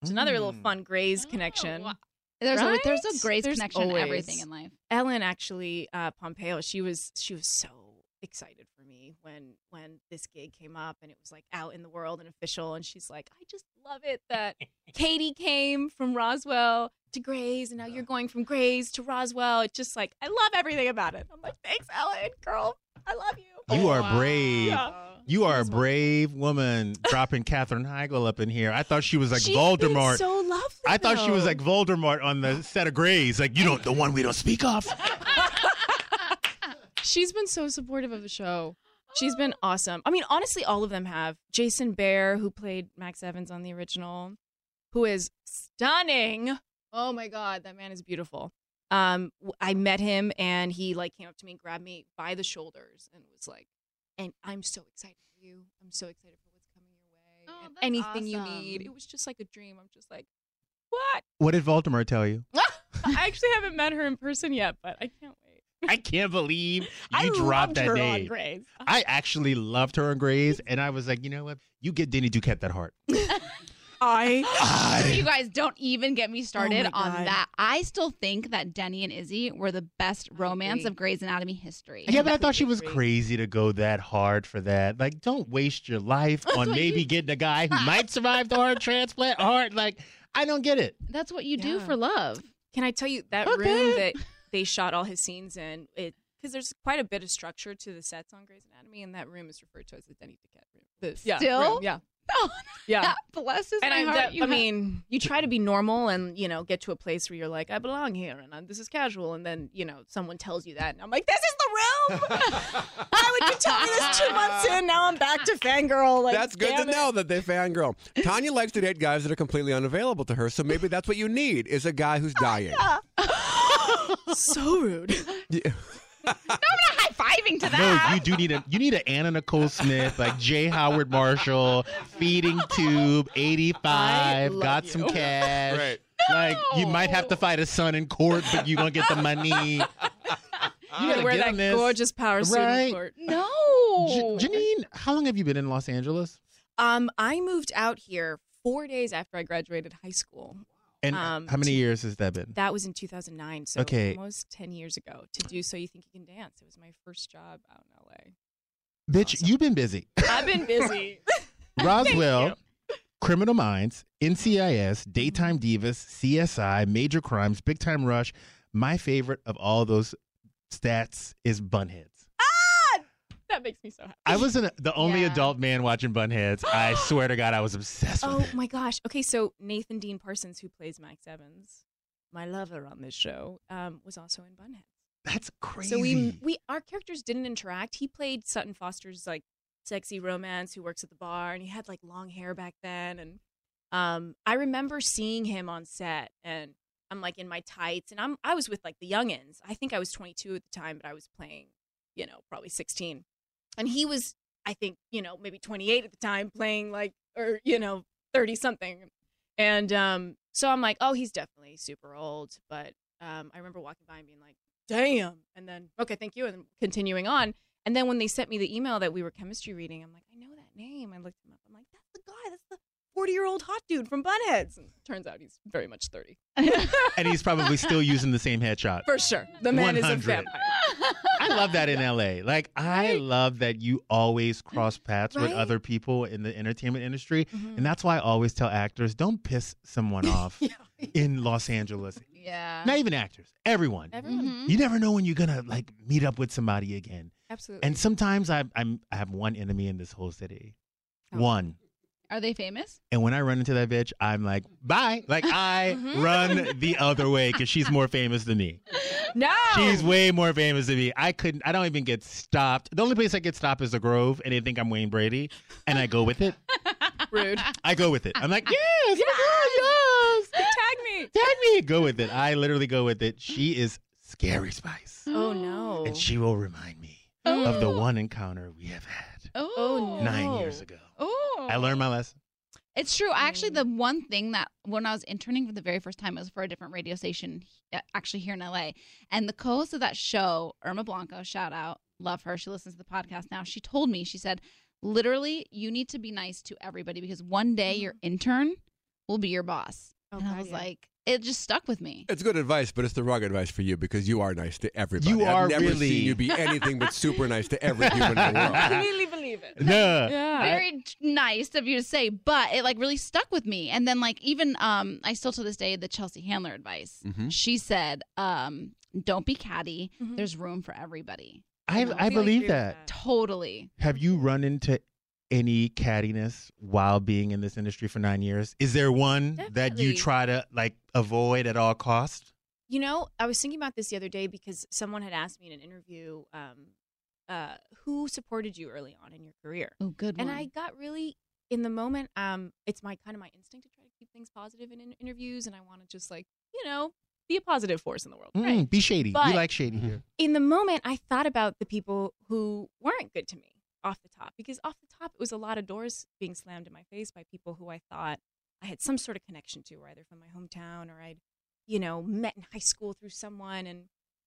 Speaker 9: It's another little
Speaker 8: Mm.
Speaker 9: fun Gray's connection.
Speaker 1: Oh, There's a, there's a
Speaker 9: Right?
Speaker 1: Grace
Speaker 9: There's
Speaker 1: connection to
Speaker 9: always.
Speaker 1: everything in life.
Speaker 9: Ellen actually uh, Pompeo, she was she was so excited for me when when this gig came up and it was like out in the world and official and she's like I just love it that Katie came from Roswell to Grays and now you're going from Grays to Roswell it's just like I love everything about it I'm like thanks Ellen girl I love you
Speaker 1: Oh,
Speaker 8: You are brave.
Speaker 9: Yeah.
Speaker 8: You are a
Speaker 9: She's wonderful.
Speaker 8: brave woman dropping Katherine Heigl up in here. I thought she was like
Speaker 9: She's been
Speaker 8: Voldemort.
Speaker 9: so lovely
Speaker 8: I thought she was
Speaker 9: though.
Speaker 8: like Voldemort on the set of Grays. Like you don't the one we don't speak of.
Speaker 9: She's been so supportive of the show. She's been awesome. I mean, honestly, all of them have. Jason Bear, who played Max Evans on the original, who is stunning. Oh my God, that man is beautiful. Um, w- I met him and he like came up to me and grabbed me by the shoulders and was like, "And I'm so excited for you. I'm so excited for what's coming your way
Speaker 1: Oh,
Speaker 9: and
Speaker 1: that's
Speaker 9: anything
Speaker 1: awesome.
Speaker 9: you need." It was just like a dream. I'm just like, "What?"
Speaker 8: What did Voldemort tell you?
Speaker 9: I actually haven't met her in person yet, but I can't wait.
Speaker 8: I can't believe you
Speaker 9: I
Speaker 8: dropped
Speaker 9: loved
Speaker 8: that
Speaker 9: her on
Speaker 8: name.
Speaker 9: Grey's.
Speaker 8: I actually loved her on Grays, and I was like, you know what? You get Denny Duquette that heart.
Speaker 9: I
Speaker 1: you guys don't even get me started
Speaker 9: Oh my
Speaker 1: on
Speaker 9: God.
Speaker 1: that. I still think that Denny and Izzy were the best romance
Speaker 9: agree.
Speaker 1: of Grey's Anatomy history.
Speaker 8: Yeah, but I thought she was
Speaker 9: agree.
Speaker 8: crazy to go that hard for that. Like, don't waste your life
Speaker 1: That's
Speaker 8: on
Speaker 1: what
Speaker 8: maybe
Speaker 1: you-
Speaker 8: getting a guy who might survive the heart transplant. Heart, like, I don't get it.
Speaker 1: That's what you do
Speaker 9: Yeah.
Speaker 1: for love.
Speaker 9: Can I tell you that
Speaker 8: Okay.
Speaker 9: room that they shot all his scenes in? It because there's quite a bit of structure to the sets on Grey's Anatomy, and that room is referred to as the Denny Duquette room. The, yeah,
Speaker 1: Still?
Speaker 9: room, yeah,
Speaker 1: Oh,
Speaker 9: yeah.
Speaker 1: that blesses
Speaker 9: And
Speaker 1: my
Speaker 9: I,
Speaker 1: heart.
Speaker 9: that-
Speaker 1: you
Speaker 9: I
Speaker 1: have-
Speaker 9: mean, you try to be normal and you know get to a place where you're like, I belong here, and i this is casual, and then you know someone tells you that, and I'm like, this is the room. Why would you tell me this two months in? Now I'm back to fangirl. Like,
Speaker 3: that's good to
Speaker 9: damn it.
Speaker 3: know that they fangirl. Tanya likes to date guys that are completely unavailable to her, so maybe that's what you need is a guy who's dying.
Speaker 9: so rude.
Speaker 3: Yeah.
Speaker 1: I'm not high fiving to that.
Speaker 8: No, you do need a you need an Anna Nicole Smith, like J. Howard Marshall, feeding tube, eighty five, got some cash.
Speaker 3: Right.
Speaker 8: Like you might have to
Speaker 1: No.
Speaker 8: fight a son in court, but you gonna get the money. You
Speaker 9: You
Speaker 8: gotta
Speaker 9: wear
Speaker 8: get
Speaker 9: that
Speaker 8: on this.
Speaker 9: gorgeous power suit
Speaker 8: Right.
Speaker 9: in court.
Speaker 1: no.
Speaker 8: J- Janine, how long have you been in Los Angeles?
Speaker 9: Um, I moved out here four days after I graduated high school.
Speaker 8: And
Speaker 9: Um,
Speaker 8: how many years has that been?
Speaker 9: That was in 2009, so
Speaker 8: Okay.
Speaker 9: almost 10 years ago. To do so, you think you can dance? It was my first job out in
Speaker 8: Bitch, you've been busy.
Speaker 9: LA. I've been busy.
Speaker 8: Roswell, Criminal Minds, NCIS, Daytime
Speaker 9: Mm-hmm.
Speaker 8: Divas, CSI, Major Crimes, Big Time Rush. My favorite of all those stats is Bunheads.
Speaker 9: that makes me so happy.
Speaker 8: I was an, the only
Speaker 1: Yeah.
Speaker 8: adult man watching Bunheads. I swear to God, I was obsessed with
Speaker 9: Oh
Speaker 8: it.
Speaker 9: my gosh. Okay, so Nathan Dean Parsons, who plays Max Evans, my lover on this show, um, was also in Bunhead.
Speaker 8: That's crazy.
Speaker 9: So we we our characters didn't interact. He played Sutton Foster's like sexy romance who works at the bar, and he had like long hair back then. And um, I remember seeing him on set, and I'm like in my tights, and I'm I was with like the youngins. I think I was 22 at the time, but I was playing, you know, probably 16, and he was I think you know maybe 28 at the time, playing like or you know 30 something, and um, so I'm like, oh, he's definitely super old, but um, I remember walking by and being like damn. And then, okay, thank you. And then continuing on. And then when they sent me the email that we were chemistry reading, I'm like, I know that name. I looked him up. I'm like, that's the guy. That's the 40 year old hot dude from Bunheads. And turns out he's very much 30.
Speaker 8: and he's probably still using the same headshot.
Speaker 9: For sure. The man is a
Speaker 8: 100.
Speaker 9: vampire.
Speaker 8: I love that in LA. Like I love that you always cross paths with
Speaker 9: Right? Mm.
Speaker 8: other people in the entertainment industry.
Speaker 9: Mm-hmm.
Speaker 8: And that's why I always tell actors, don't piss someone off in Los Angeles.
Speaker 9: Yeah.
Speaker 8: Not even actors, everyone.
Speaker 9: Everyone.
Speaker 1: Mm-hmm.
Speaker 8: You never know when you're gonna like meet up with somebody again.
Speaker 9: Absolutely.
Speaker 8: And sometimes I I'm I have one enemy in this whole city.
Speaker 9: Oh.
Speaker 8: One.
Speaker 1: Are they famous?
Speaker 8: And when I run into that bitch, I'm like, bye. Like I
Speaker 9: Mm-hmm.
Speaker 8: run the other way because she's more famous than me.
Speaker 9: no.
Speaker 8: She's way more famous than me. I couldn't. I don't even get stopped. The only place I get stopped is the Grove, and they think I'm Wayne Brady, and I go with it.
Speaker 9: rude.
Speaker 8: I go with it. I'm like, yes, yes, yes.
Speaker 9: Tag me.
Speaker 8: Tag me. Go with it. I literally go with it. She is scary spice,
Speaker 9: Oh, no.
Speaker 8: and she will remind me of the one encounter we have had
Speaker 1: Oh,
Speaker 9: Mm. Oh, no.
Speaker 8: nine years ago.
Speaker 1: Oh.
Speaker 8: I learned my lesson.
Speaker 1: It's true. Actually,
Speaker 9: Mm.
Speaker 1: the one thing that when I was interning for the very first time, it was for a different radio station, uh, actually here in LA. And the co host of that show, Irma Blanco, shout out, love her. She listens to the podcast now. She told me, she said, literally, you need to be nice to everybody because one day your intern will be your boss.
Speaker 9: Mm. Oh,
Speaker 1: and I
Speaker 9: God,
Speaker 1: was
Speaker 9: yeah.
Speaker 1: like, it just stuck with me.
Speaker 3: It's good advice, but it's the wrong advice for you because you are nice to everybody.
Speaker 8: You are
Speaker 3: I've never
Speaker 8: really-
Speaker 3: seen you be anything but super nice to every human in the world.
Speaker 9: Completely believe it.
Speaker 8: Yeah.
Speaker 9: Yeah.
Speaker 1: very t- nice of you to say, but it like really stuck with me. And then like even um I still to this day the Chelsea Handler advice.
Speaker 9: Mm-hmm.
Speaker 3: Mhm.
Speaker 1: She said, um, don't be catty.
Speaker 9: Mhm.
Speaker 1: There's room for everybody.
Speaker 8: I
Speaker 9: No,
Speaker 8: I
Speaker 9: completely agree
Speaker 8: believe
Speaker 9: with
Speaker 8: that.
Speaker 1: Totally.
Speaker 8: Have you run into any cattiness while being in this industry for nine years? Is there one that you
Speaker 9: Definitely.
Speaker 8: try to like avoid at all costs?
Speaker 9: You know, I was thinking about this the other day because someone had asked me in an interview um, uh, who supported you early on in your career.
Speaker 1: Oh, good
Speaker 9: and I got really in the moment. Um, it's my kind of my instinct to try to keep things positive in, in interviews, and I want to just like you know be a positive force in the world.
Speaker 8: Mm, Be shady.
Speaker 9: But-
Speaker 8: we like shady here.
Speaker 3: Mm-hmm.
Speaker 9: In the moment, I thought about the people who weren't good to me off the top because off the top it was a lot of doors being slammed in my face by people who I thought I had some sort of connection to, or either from my hometown or I'd you know met in high school through someone, and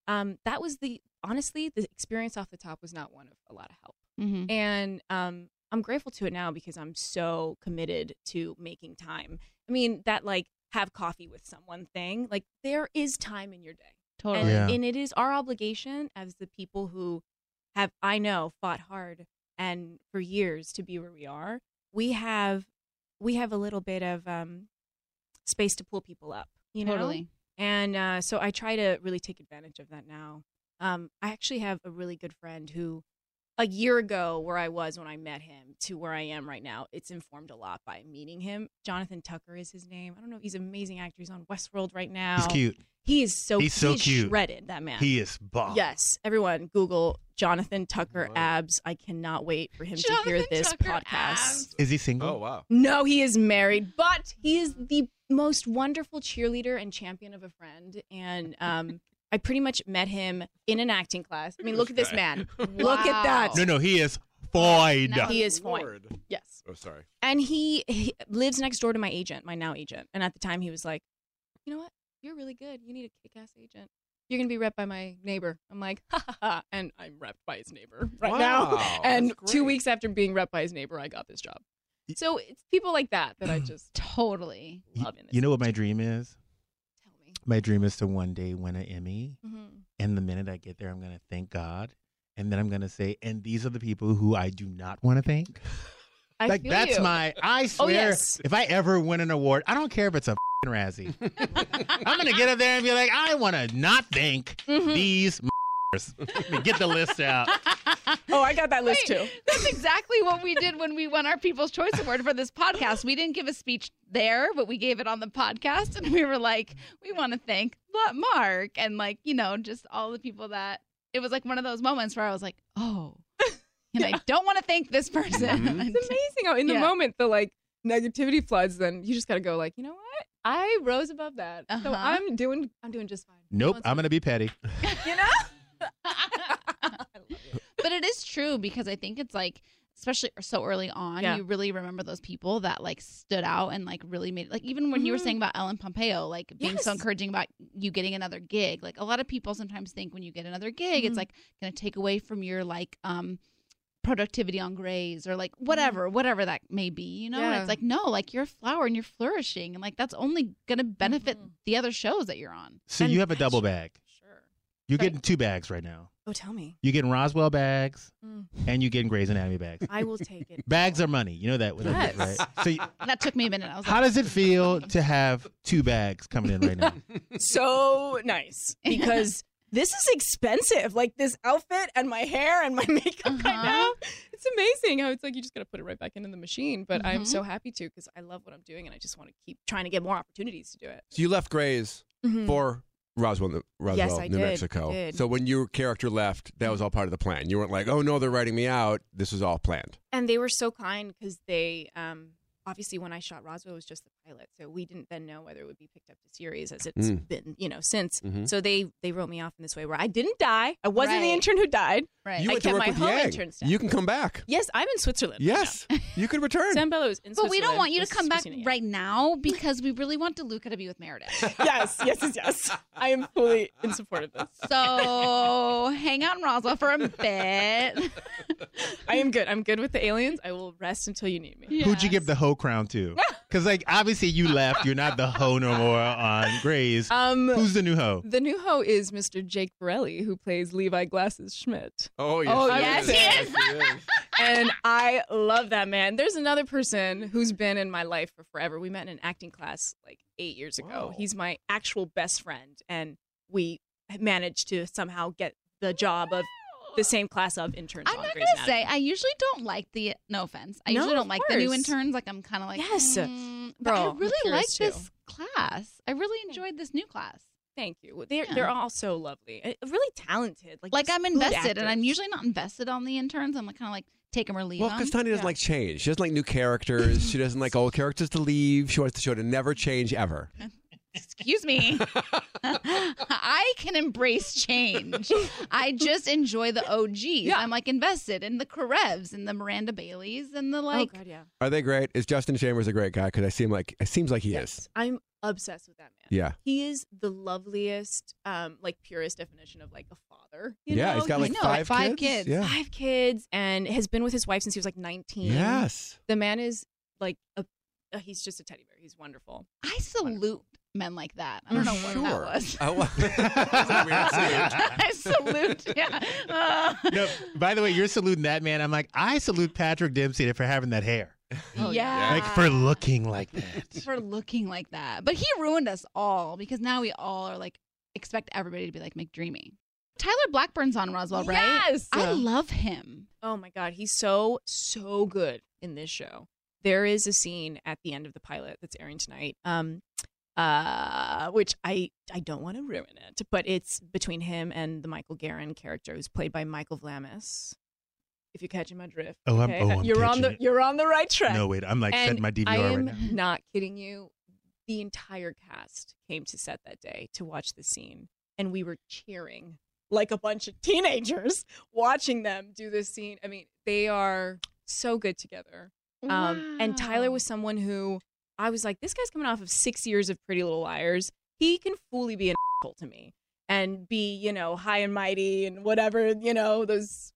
Speaker 9: um, that was the honestly the experience off the top was not one of a lot of help
Speaker 1: mm-hmm.
Speaker 9: and um, I'm grateful to it now because I'm so committed to making time. I mean, that like have coffee with someone thing, like there is time in your day, and,
Speaker 1: totally.
Speaker 8: Yeah.
Speaker 9: and it is our obligation as the people who have I know fought hard and for years to be where we are. We have we have a little bit of um, space to pull people up, you know.
Speaker 1: totally.
Speaker 9: And uh, so I try to really take advantage of that now. Um, I actually have a really good friend who, a year ago, where I was when I met him to where I am right now, it's informed a lot by meeting him. Jonathan Tucker is his name. I don't know. He's an amazing actor. He's on Westworld right now.
Speaker 8: He's cute.
Speaker 9: He is so
Speaker 8: He's so
Speaker 9: he is
Speaker 8: cute.
Speaker 9: Shredded that man.
Speaker 8: He is bomb.
Speaker 9: Yes, everyone Google Jonathan Tucker
Speaker 3: Whoa.
Speaker 9: abs. I cannot wait for him to hear
Speaker 1: Jonathan
Speaker 9: this
Speaker 1: Tucker
Speaker 9: podcast.
Speaker 1: abs.
Speaker 8: Is he single?
Speaker 3: Oh wow.
Speaker 9: No, he is married, but he is the most wonderful cheerleader and champion of a friend. And um, I pretty much met him in an acting class. I mean, look at this man. Look at that.
Speaker 8: No, no, he is void.
Speaker 1: No.
Speaker 9: He is fine.
Speaker 3: Lord.
Speaker 9: Yes.
Speaker 3: Oh, sorry.
Speaker 9: And he, he lives next door to my agent, my now agent. And at the time, he was like, you know what? You're really good. You need a kick ass agent. You're going to be repped by my neighbor. I'm like, ha ha ha. And I'm repped by his neighbor right now.
Speaker 3: Wow,
Speaker 9: And
Speaker 3: that's
Speaker 9: two
Speaker 3: great.
Speaker 9: weeks after being repped by his neighbor, I got this job. So it's people like that that I just
Speaker 1: Totally.
Speaker 8: You-
Speaker 9: love. in this
Speaker 8: You know what my dream is?
Speaker 9: Tell me.
Speaker 8: My dream is to one day win an Emmy.
Speaker 9: Mhm.
Speaker 8: And the minute I get there, I'm going to thank God. And then I'm going to say, and these are the people who I do not want to thank.
Speaker 9: I
Speaker 8: like,
Speaker 9: feel
Speaker 8: that's
Speaker 9: you. Oh,
Speaker 8: my, I swear,
Speaker 9: yes.
Speaker 8: if I ever win an award, I don't care if it's a fing Razzie. I'm going to get up there and be like, I want to not thank
Speaker 9: Mhm.
Speaker 8: these Let me get the list out.
Speaker 9: Oh, I got that list too.
Speaker 1: Wait, That's exactly what we did when we won our People's Choice Award for this podcast. We didn't give a speech there, but we gave it on the podcast, and we were like, we want to thank La- Mark and like you know just all the people that. It was like one of those moments where I was like, oh, and I don't want to thank this person.
Speaker 3: Mhm.
Speaker 9: It's amazing how in the
Speaker 1: Yeah.
Speaker 9: moment the like negativity floods. Then you just gotta go like, you know what? I rose above that,
Speaker 1: Uh-huh.
Speaker 9: so I'm doing. I'm doing just fine.
Speaker 8: Nope, I'm going to be petty.
Speaker 9: You know?
Speaker 1: but it is true because I think it's like especially so early on
Speaker 9: Yeah.
Speaker 1: you really remember those people that like stood out and like really made like even when you were
Speaker 9: Mhm.
Speaker 1: saying about Ellen Pompeo like being so
Speaker 9: Yes.
Speaker 1: encouraging about you getting another gig like a lot of people sometimes think when you get another gig it's
Speaker 9: Mhm.
Speaker 1: like going to take away from your like um productivity on grays or like whatever whatever that may be you know and
Speaker 9: Mm-hmm. Yeah.
Speaker 1: it's like no like you're a flower and you're flourishing and like that's only going to benefit
Speaker 9: Mhm.
Speaker 1: the other shows that you're on
Speaker 8: So
Speaker 9: And-
Speaker 8: you have a double bag.
Speaker 9: Sure.
Speaker 8: You're
Speaker 9: Right.
Speaker 8: getting two bags right now.
Speaker 9: Oh, tell me.
Speaker 8: You're getting Roswell bags
Speaker 9: Mm.
Speaker 8: and you're getting Grey's Anatomy bags.
Speaker 9: I will take it.
Speaker 8: Bags are money. You know that. what that is,
Speaker 9: Yes.
Speaker 8: Right? So you-
Speaker 1: that took me a minute i was
Speaker 8: How
Speaker 1: like
Speaker 8: does it feel to have two bags coming in right now?
Speaker 9: so nice because this is expensive. Like this outfit and my hair and my makeup
Speaker 1: Uh-huh.
Speaker 9: right now. It's amazing how it's like you just gotta put it right back into the machine. But I'm
Speaker 1: Mhm.
Speaker 9: so happy to because I love what I'm doing and I just want to keep trying to get more opportunities to do it.
Speaker 3: So you left Grays
Speaker 9: Mm-hmm.
Speaker 3: for Roswell, New, Roswell,
Speaker 9: Mm. I
Speaker 3: New
Speaker 9: did.
Speaker 3: Mexico.
Speaker 9: I did.
Speaker 3: So when your character left, that was all part of the plan. You weren't like, oh no, they're writing me out. This was all planned.
Speaker 9: And they were so kind because they um obviously when I shot Roswell it was just the pilot, so we didn't then know whether it would be picked up to series as it's
Speaker 3: Mm.
Speaker 9: been you know since.
Speaker 3: Mhm.
Speaker 9: So they they wrote me off in this way where I didn't die. I wasn't the
Speaker 1: Right.
Speaker 9: intern who died.
Speaker 1: right
Speaker 3: You
Speaker 9: I
Speaker 3: went to
Speaker 9: kept
Speaker 3: work
Speaker 9: my
Speaker 3: with
Speaker 9: whole
Speaker 3: Yang.
Speaker 9: intern staff.
Speaker 3: You can come back.
Speaker 9: Yes, I'm in Switzerland. right now.
Speaker 3: Yes, you could return.
Speaker 9: Sam Bello is in
Speaker 1: But we don't
Speaker 9: Switzerland
Speaker 1: want you to
Speaker 9: with
Speaker 1: come back
Speaker 9: Christina Yang.
Speaker 1: right now because we really want DeLuca to be with Meredith.
Speaker 9: yes, yes, yes, yes. I am fully in support of this.
Speaker 1: So hang out in Roswell for a bit.
Speaker 9: I am good. I'm good with the aliens. I will rest until you need me.
Speaker 8: Who'd you give the hoe crown to? Because like obviously you left. You're not the hoe no more on Grey's.
Speaker 9: Um,
Speaker 8: Who's the new hoe?
Speaker 9: the new hoe is Mr. Jake Borelli, who plays Levi Glasses Schmidt,
Speaker 3: Oh yes,
Speaker 9: Oh,
Speaker 3: she
Speaker 9: yes,
Speaker 1: he
Speaker 3: Yes, she is.
Speaker 9: and I love that man. There's another person who's been in my life for forever. We met in an acting class like eight years ago.
Speaker 3: Wow.
Speaker 9: He's my actual best friend, and we managed to somehow get the job of the same class of interns.
Speaker 1: I'm
Speaker 9: on
Speaker 1: not
Speaker 9: Grey's
Speaker 1: gonna
Speaker 9: Anatomy.
Speaker 1: say I usually don't like the no offense. I
Speaker 9: No,
Speaker 1: usually don't
Speaker 9: of
Speaker 1: like the new
Speaker 9: course.
Speaker 1: interns. Like I'm kind of like
Speaker 9: Yes.
Speaker 1: mm, but
Speaker 9: Bro,
Speaker 1: I
Speaker 9: I'm
Speaker 1: really like
Speaker 9: curious
Speaker 1: this class. I really enjoyed this new class.
Speaker 9: Thank you. They're
Speaker 1: Yeah.
Speaker 9: they're all so lovely, and really talented. Like
Speaker 1: Like
Speaker 9: just
Speaker 1: I'm
Speaker 9: good
Speaker 1: invested, and I'm
Speaker 9: actors.
Speaker 1: usually not invested on the interns. I'm kind of like take them or leave
Speaker 3: Well,
Speaker 1: them.
Speaker 3: because Tanya doesn't
Speaker 9: Yeah.
Speaker 3: like change. She doesn't like new characters. she doesn't like old characters to leave. She wants the show to never change ever.
Speaker 1: excuse me. I can embrace change. I just enjoy the OGs.
Speaker 9: Yeah.
Speaker 1: I'm like invested in the Karevs and the Miranda Baileys and the like.
Speaker 9: oh god, yeah.
Speaker 3: Are they great? Is Justin Chambers a great guy? Because I seem like it seems like he is.
Speaker 9: I'm obsessed with that man.
Speaker 3: Yeah.
Speaker 9: He is the loveliest, um, like purest definition of like a father. you
Speaker 3: yeah,
Speaker 9: know?
Speaker 3: he's got
Speaker 1: I
Speaker 3: like
Speaker 1: know,
Speaker 3: five,
Speaker 1: five kids.
Speaker 3: Yeah.
Speaker 9: five kids and has been with his wife since he was like 19.
Speaker 3: Yes.
Speaker 9: The man is like a, uh, he's just a teddy bear. He's wonderful.
Speaker 1: I salute men like that. I don't know what that was.
Speaker 3: Oh, well.
Speaker 1: I salute. Yeah. Uh,
Speaker 8: No, by the way, you're saluting that man. I'm like, I salute Patrick Dempsey for having that hair.
Speaker 9: Oh,
Speaker 1: yeah.
Speaker 8: Like for looking like that.
Speaker 1: for looking like that. But he ruined us all because now we all are like expect everybody to be like McDreamy. Tyler Blackburn's on Roswell, right?
Speaker 9: Yes.
Speaker 1: I love him.
Speaker 9: Oh my God, he's so, so good in this show. There is a scene at the end of the pilot that's airing tonight, um, uh, which I, I don't want to ruin it, but it's between him and the Michael Guerin character who's played by Michael Vlamis. If you're catching my drift,
Speaker 8: Oh, I'm- oh, I'm
Speaker 9: you're on the
Speaker 8: catching it.
Speaker 9: you're on the right track.
Speaker 8: No, wait. I'm like setting
Speaker 9: And
Speaker 8: my DVR
Speaker 9: I am
Speaker 8: right now.
Speaker 9: not kidding you. The entire cast came to set that day to watch the scene, and we were cheering like a bunch of teenagers watching them do this scene. I mean, they are so good together. Um, And Tyler was someone who I was like, this guy's coming off of six years of Pretty Little Liars. He can fully be an asshole to me and be, you know, high and mighty and whatever, you know, those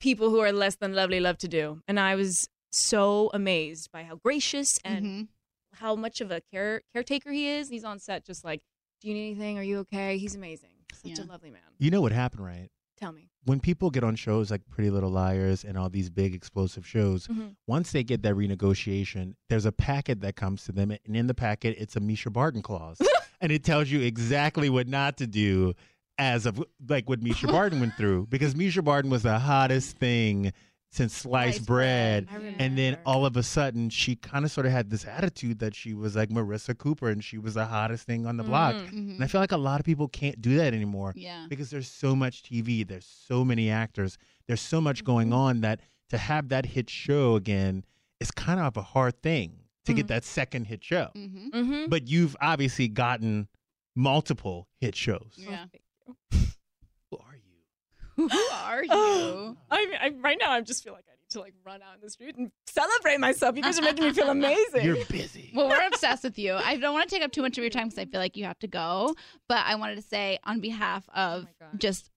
Speaker 9: people who are less than lovely love to do. And I was so amazed by how gracious and
Speaker 1: Mhm.
Speaker 9: how much of a care caretaker he is. He's on set just like, do you need anything? Are you okay? He's amazing. Such
Speaker 1: Yeah.
Speaker 9: a lovely man.
Speaker 8: You know what happened, right?
Speaker 9: Tell me.
Speaker 8: When people get on shows like Pretty Little Liars and all these big explosive shows,
Speaker 9: Mhm.
Speaker 8: once they get that renegotiation, there's a packet that comes to them, and in the packet, it's a Misha Barton clause, and it tells you exactly what not to do, as of like what Misha Barton went through, because Misha Barton was the hottest thing since sliced,
Speaker 9: Sliced
Speaker 8: bread.
Speaker 9: bread. I remember.
Speaker 8: And then all of a sudden, she kind of sort of had this attitude that she was like Marissa Cooper and she was the hottest thing on the block.
Speaker 9: Mhm.
Speaker 1: Mhm.
Speaker 8: And I feel like a lot of people can't do that anymore
Speaker 1: Yeah.
Speaker 8: because there's so much TV, there's so many actors, there's so much going
Speaker 1: Mm-hmm.
Speaker 8: on that to have that hit show again is kind of a hard thing to get that second hit show.
Speaker 1: Mm-hmm.
Speaker 9: Mhm.
Speaker 8: But you've obviously gotten multiple hit shows.
Speaker 1: Yeah.
Speaker 8: Who are you?
Speaker 1: Who are you?
Speaker 9: Oh, I'm, I'm right now. I just feel like I need to like run out in the street and celebrate myself. You guys are making me feel amazing.
Speaker 8: You're busy.
Speaker 1: well, we're obsessed with you. I don't want to take up too much of your time because I feel like you have to go. But I wanted to say, on behalf of
Speaker 9: Oh my God.
Speaker 1: just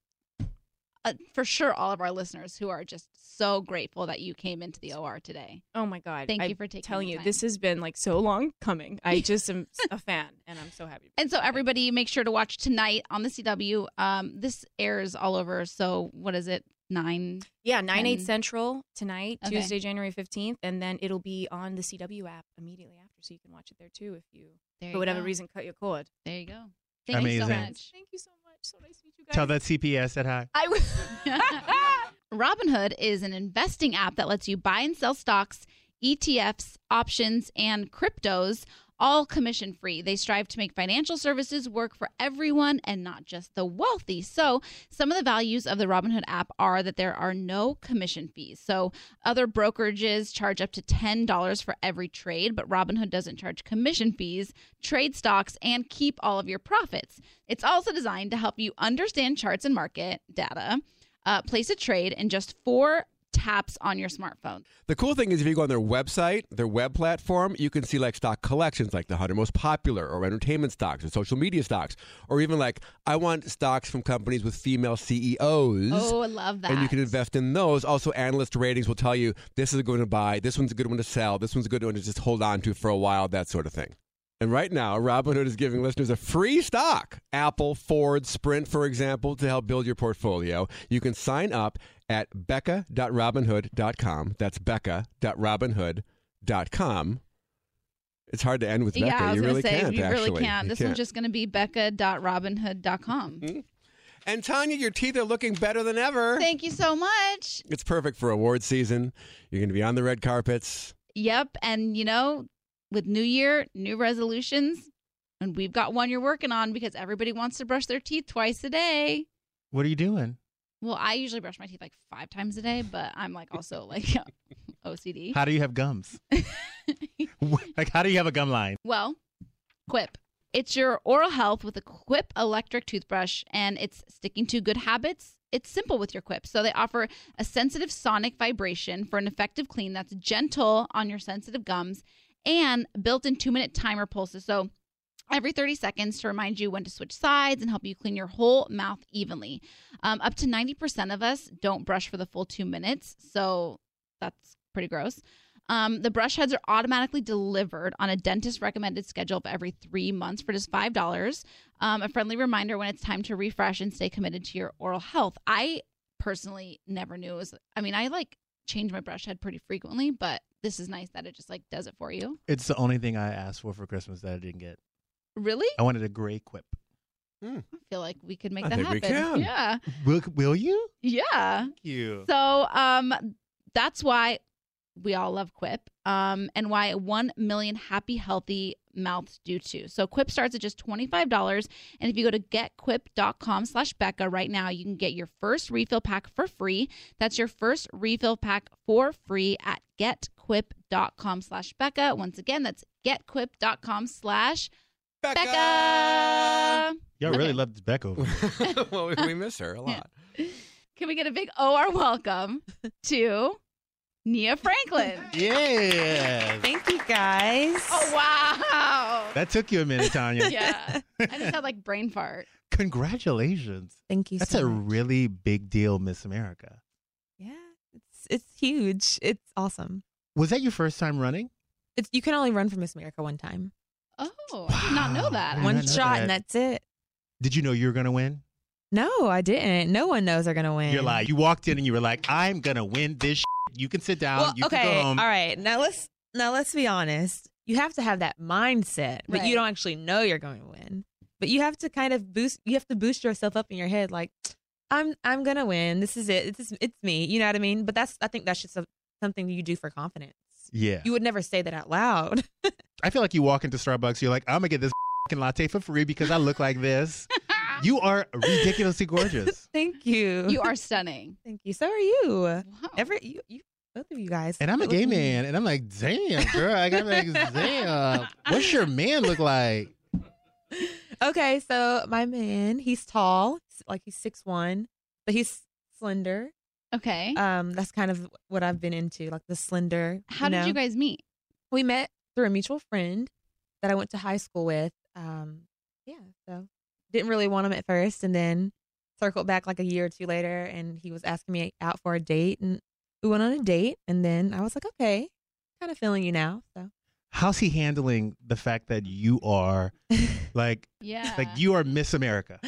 Speaker 1: uh, for sure all of our listeners who are just so grateful that you came into the OR today.
Speaker 9: oh my god!
Speaker 1: Thank
Speaker 9: I
Speaker 1: you for taking
Speaker 9: telling
Speaker 1: the
Speaker 9: you
Speaker 1: time.
Speaker 9: this has been like so long coming. I just am a fan, and I'm so happy.
Speaker 1: And so everybody, make sure to watch tonight on the CW. Um, this airs all over. So what is it? Nine.
Speaker 9: Yeah, nine eight
Speaker 1: And-
Speaker 9: central tonight,
Speaker 1: Okay.
Speaker 9: Tuesday, January fifteenth, and then it'll be on the CW app immediately after, so you can watch it there too if you,
Speaker 1: There
Speaker 9: for whatever
Speaker 1: go.
Speaker 9: reason, cut your cord.
Speaker 1: There you go. Thank you so
Speaker 8: Amazing.
Speaker 1: much.
Speaker 9: Thank you so much. So nice to meet you guys.
Speaker 8: Tell that CPS that hi.
Speaker 9: I was.
Speaker 1: Robinhood is an investing app that lets you buy and sell stocks, ETFs, options, and cryptos, all commission free. They strive to make financial services work for everyone and not just the wealthy. So, some of the values of the Robinhood app are that there are no commission fees. So, other brokerages charge up to $10 for every trade, but Robinhood doesn't charge commission fees, trade stocks, and keep all of your profits. It's also designed to help you understand charts and market data uh, place a trade in just four taps on your smartphone.
Speaker 3: The cool thing is, if you go on their website, their web platform, you can see like stock collections, like the 100 most popular, or entertainment stocks, or social media stocks, or even like I want stocks from companies with female E CEOs.
Speaker 1: Oh, I love that.
Speaker 3: And you can invest in those. Also, analyst ratings will tell you this is a good one to buy, this one's a good one to sell, this one's a good one to just hold on to for a while, that sort of thing. And right now, Robinhood is giving listeners a free stock, Apple, Ford, Sprint, for example, to help build your portfolio. You can sign up at becca.robinhood.com. That's becca.robinhood.com. It's hard to end with Becca.
Speaker 1: yeah, I was
Speaker 3: you
Speaker 1: gonna
Speaker 3: really
Speaker 1: say
Speaker 3: can't,
Speaker 1: you
Speaker 3: actually.
Speaker 1: really can't.
Speaker 3: You
Speaker 1: This
Speaker 3: can't. Mm-hmm.
Speaker 1: one's just gonna be becca.robinhood.com.
Speaker 3: And Tanya, your teeth are looking better than ever.
Speaker 1: Thank you so much.
Speaker 3: It's perfect for award season. You're going to be on the red carpets.
Speaker 1: Yep, and you know, with new year, new resolutions, and we've got one you're working on because everybody wants to brush their teeth twice a day.
Speaker 8: What are you doing?
Speaker 1: Well, I usually brush my teeth like five times a day, but I'm like also like OCD.
Speaker 8: How do you have gums? like, how do you have a gum line?
Speaker 1: Well, Quip. It's your oral health with a Quip electric toothbrush, and it's sticking to good habits. It's simple with your Quip. So they offer a sensitive sonic vibration for an effective clean that's gentle on your sensitive gums and built in two minute timer pulses. So every 30 seconds to remind you when to switch sides and help you clean your whole mouth evenly. Um, up to 90% of us don't brush for the full two minutes. So that's pretty gross. Um, the brush heads are automatically delivered on a dentist recommended schedule of every three months for just $5. Um, a friendly reminder when it's time to refresh and stay committed to your oral health. I personally never knew it was, I mean, I like change my brush head pretty frequently, but this is nice that it just like does it for you.
Speaker 8: It's the only thing I asked for for Christmas that I didn't get.
Speaker 1: Really?
Speaker 8: I wanted a gray quip.
Speaker 1: I feel like we could make
Speaker 3: I
Speaker 1: that
Speaker 3: think we
Speaker 1: happen.
Speaker 3: can.
Speaker 1: Yeah.
Speaker 8: Will, will you?
Speaker 1: Yeah.
Speaker 8: Thank you.
Speaker 1: So um, that's why we all love Quip um, and why 1 million happy, healthy mouths do too. So Quip starts at just $25. And if you go to getquip.com slash Becca right now, you can get your first refill pack for free. That's your first refill pack for free at getquip.com slash Becca. Once again, that's getquip.com slash Becca.
Speaker 8: Y'all really love this Beck over.
Speaker 3: well, we- we miss her a lot.
Speaker 1: Can we get a big OR welcome to Nia Franklin?
Speaker 8: yeah.
Speaker 10: Thank you guys.
Speaker 1: Oh wow!
Speaker 8: That took you a minute, Tanya.
Speaker 1: yeah, I just had like brain fart.
Speaker 8: Congratulations.
Speaker 10: Thank you
Speaker 8: That's
Speaker 10: so
Speaker 8: a
Speaker 10: much.
Speaker 8: really big deal, Miss America.
Speaker 10: Yeah. It's it's huge. It's awesome.
Speaker 8: Was that your first time running?
Speaker 10: It's, you can only run for Miss America one time.
Speaker 1: Oh, I did not know that.
Speaker 8: I did
Speaker 10: One
Speaker 8: not know
Speaker 10: shot,
Speaker 8: that.
Speaker 10: and that's it.
Speaker 8: Did you know you were going to win?
Speaker 10: No, I didn't. No one knows they're going to win.
Speaker 8: You're like, you walked in and you were like, I'm going to win this. Shit. You can sit down.
Speaker 10: Well,
Speaker 8: you
Speaker 10: okay.
Speaker 8: can go home.
Speaker 10: All right. Now let's now let's be honest. You have to have that mindset that
Speaker 1: Right.
Speaker 10: you don't actually know you're going to win, but you have to kind of boost. You have to boost yourself up in your head, like I'm I'm gonna win. This is it. It's it's me. You know what I mean? But that's I think that's just some- something you do for confidence.
Speaker 8: Yeah.
Speaker 10: You would never say that out loud.
Speaker 8: I feel like you walk into Starbucks, you're like, I'm going to get this fucking latte for free because I look like this. you are ridiculously gorgeous.
Speaker 10: Thank you.
Speaker 1: You are Oh. stunning.
Speaker 10: Thank you. So are you.
Speaker 1: Wow.
Speaker 10: Every you, you both of you guys.
Speaker 8: And I'm a
Speaker 10: Look at
Speaker 8: gay
Speaker 10: me.
Speaker 8: man. And I'm like, damn, girl. Like, I'm like, damn. What's your man look like?
Speaker 10: Okay, so my man, he's tall, s- like he's six one, but he's slender.
Speaker 1: okay.
Speaker 10: Um, that's kind of what I've been into, like the slender.
Speaker 1: How did
Speaker 10: know?
Speaker 1: you guys meet?
Speaker 10: We met through a mutual friend that I went to high school with. Um, yeah, so didn't really want him at first, and then circled back like a year or two later, and he was asking me out for a date, and we went on a date, and then I was like, okay, kind of feeling you now, so.
Speaker 8: How's he handling the fact that you are like,
Speaker 1: Yeah.
Speaker 10: Uh-huh.
Speaker 8: like you are Miss America?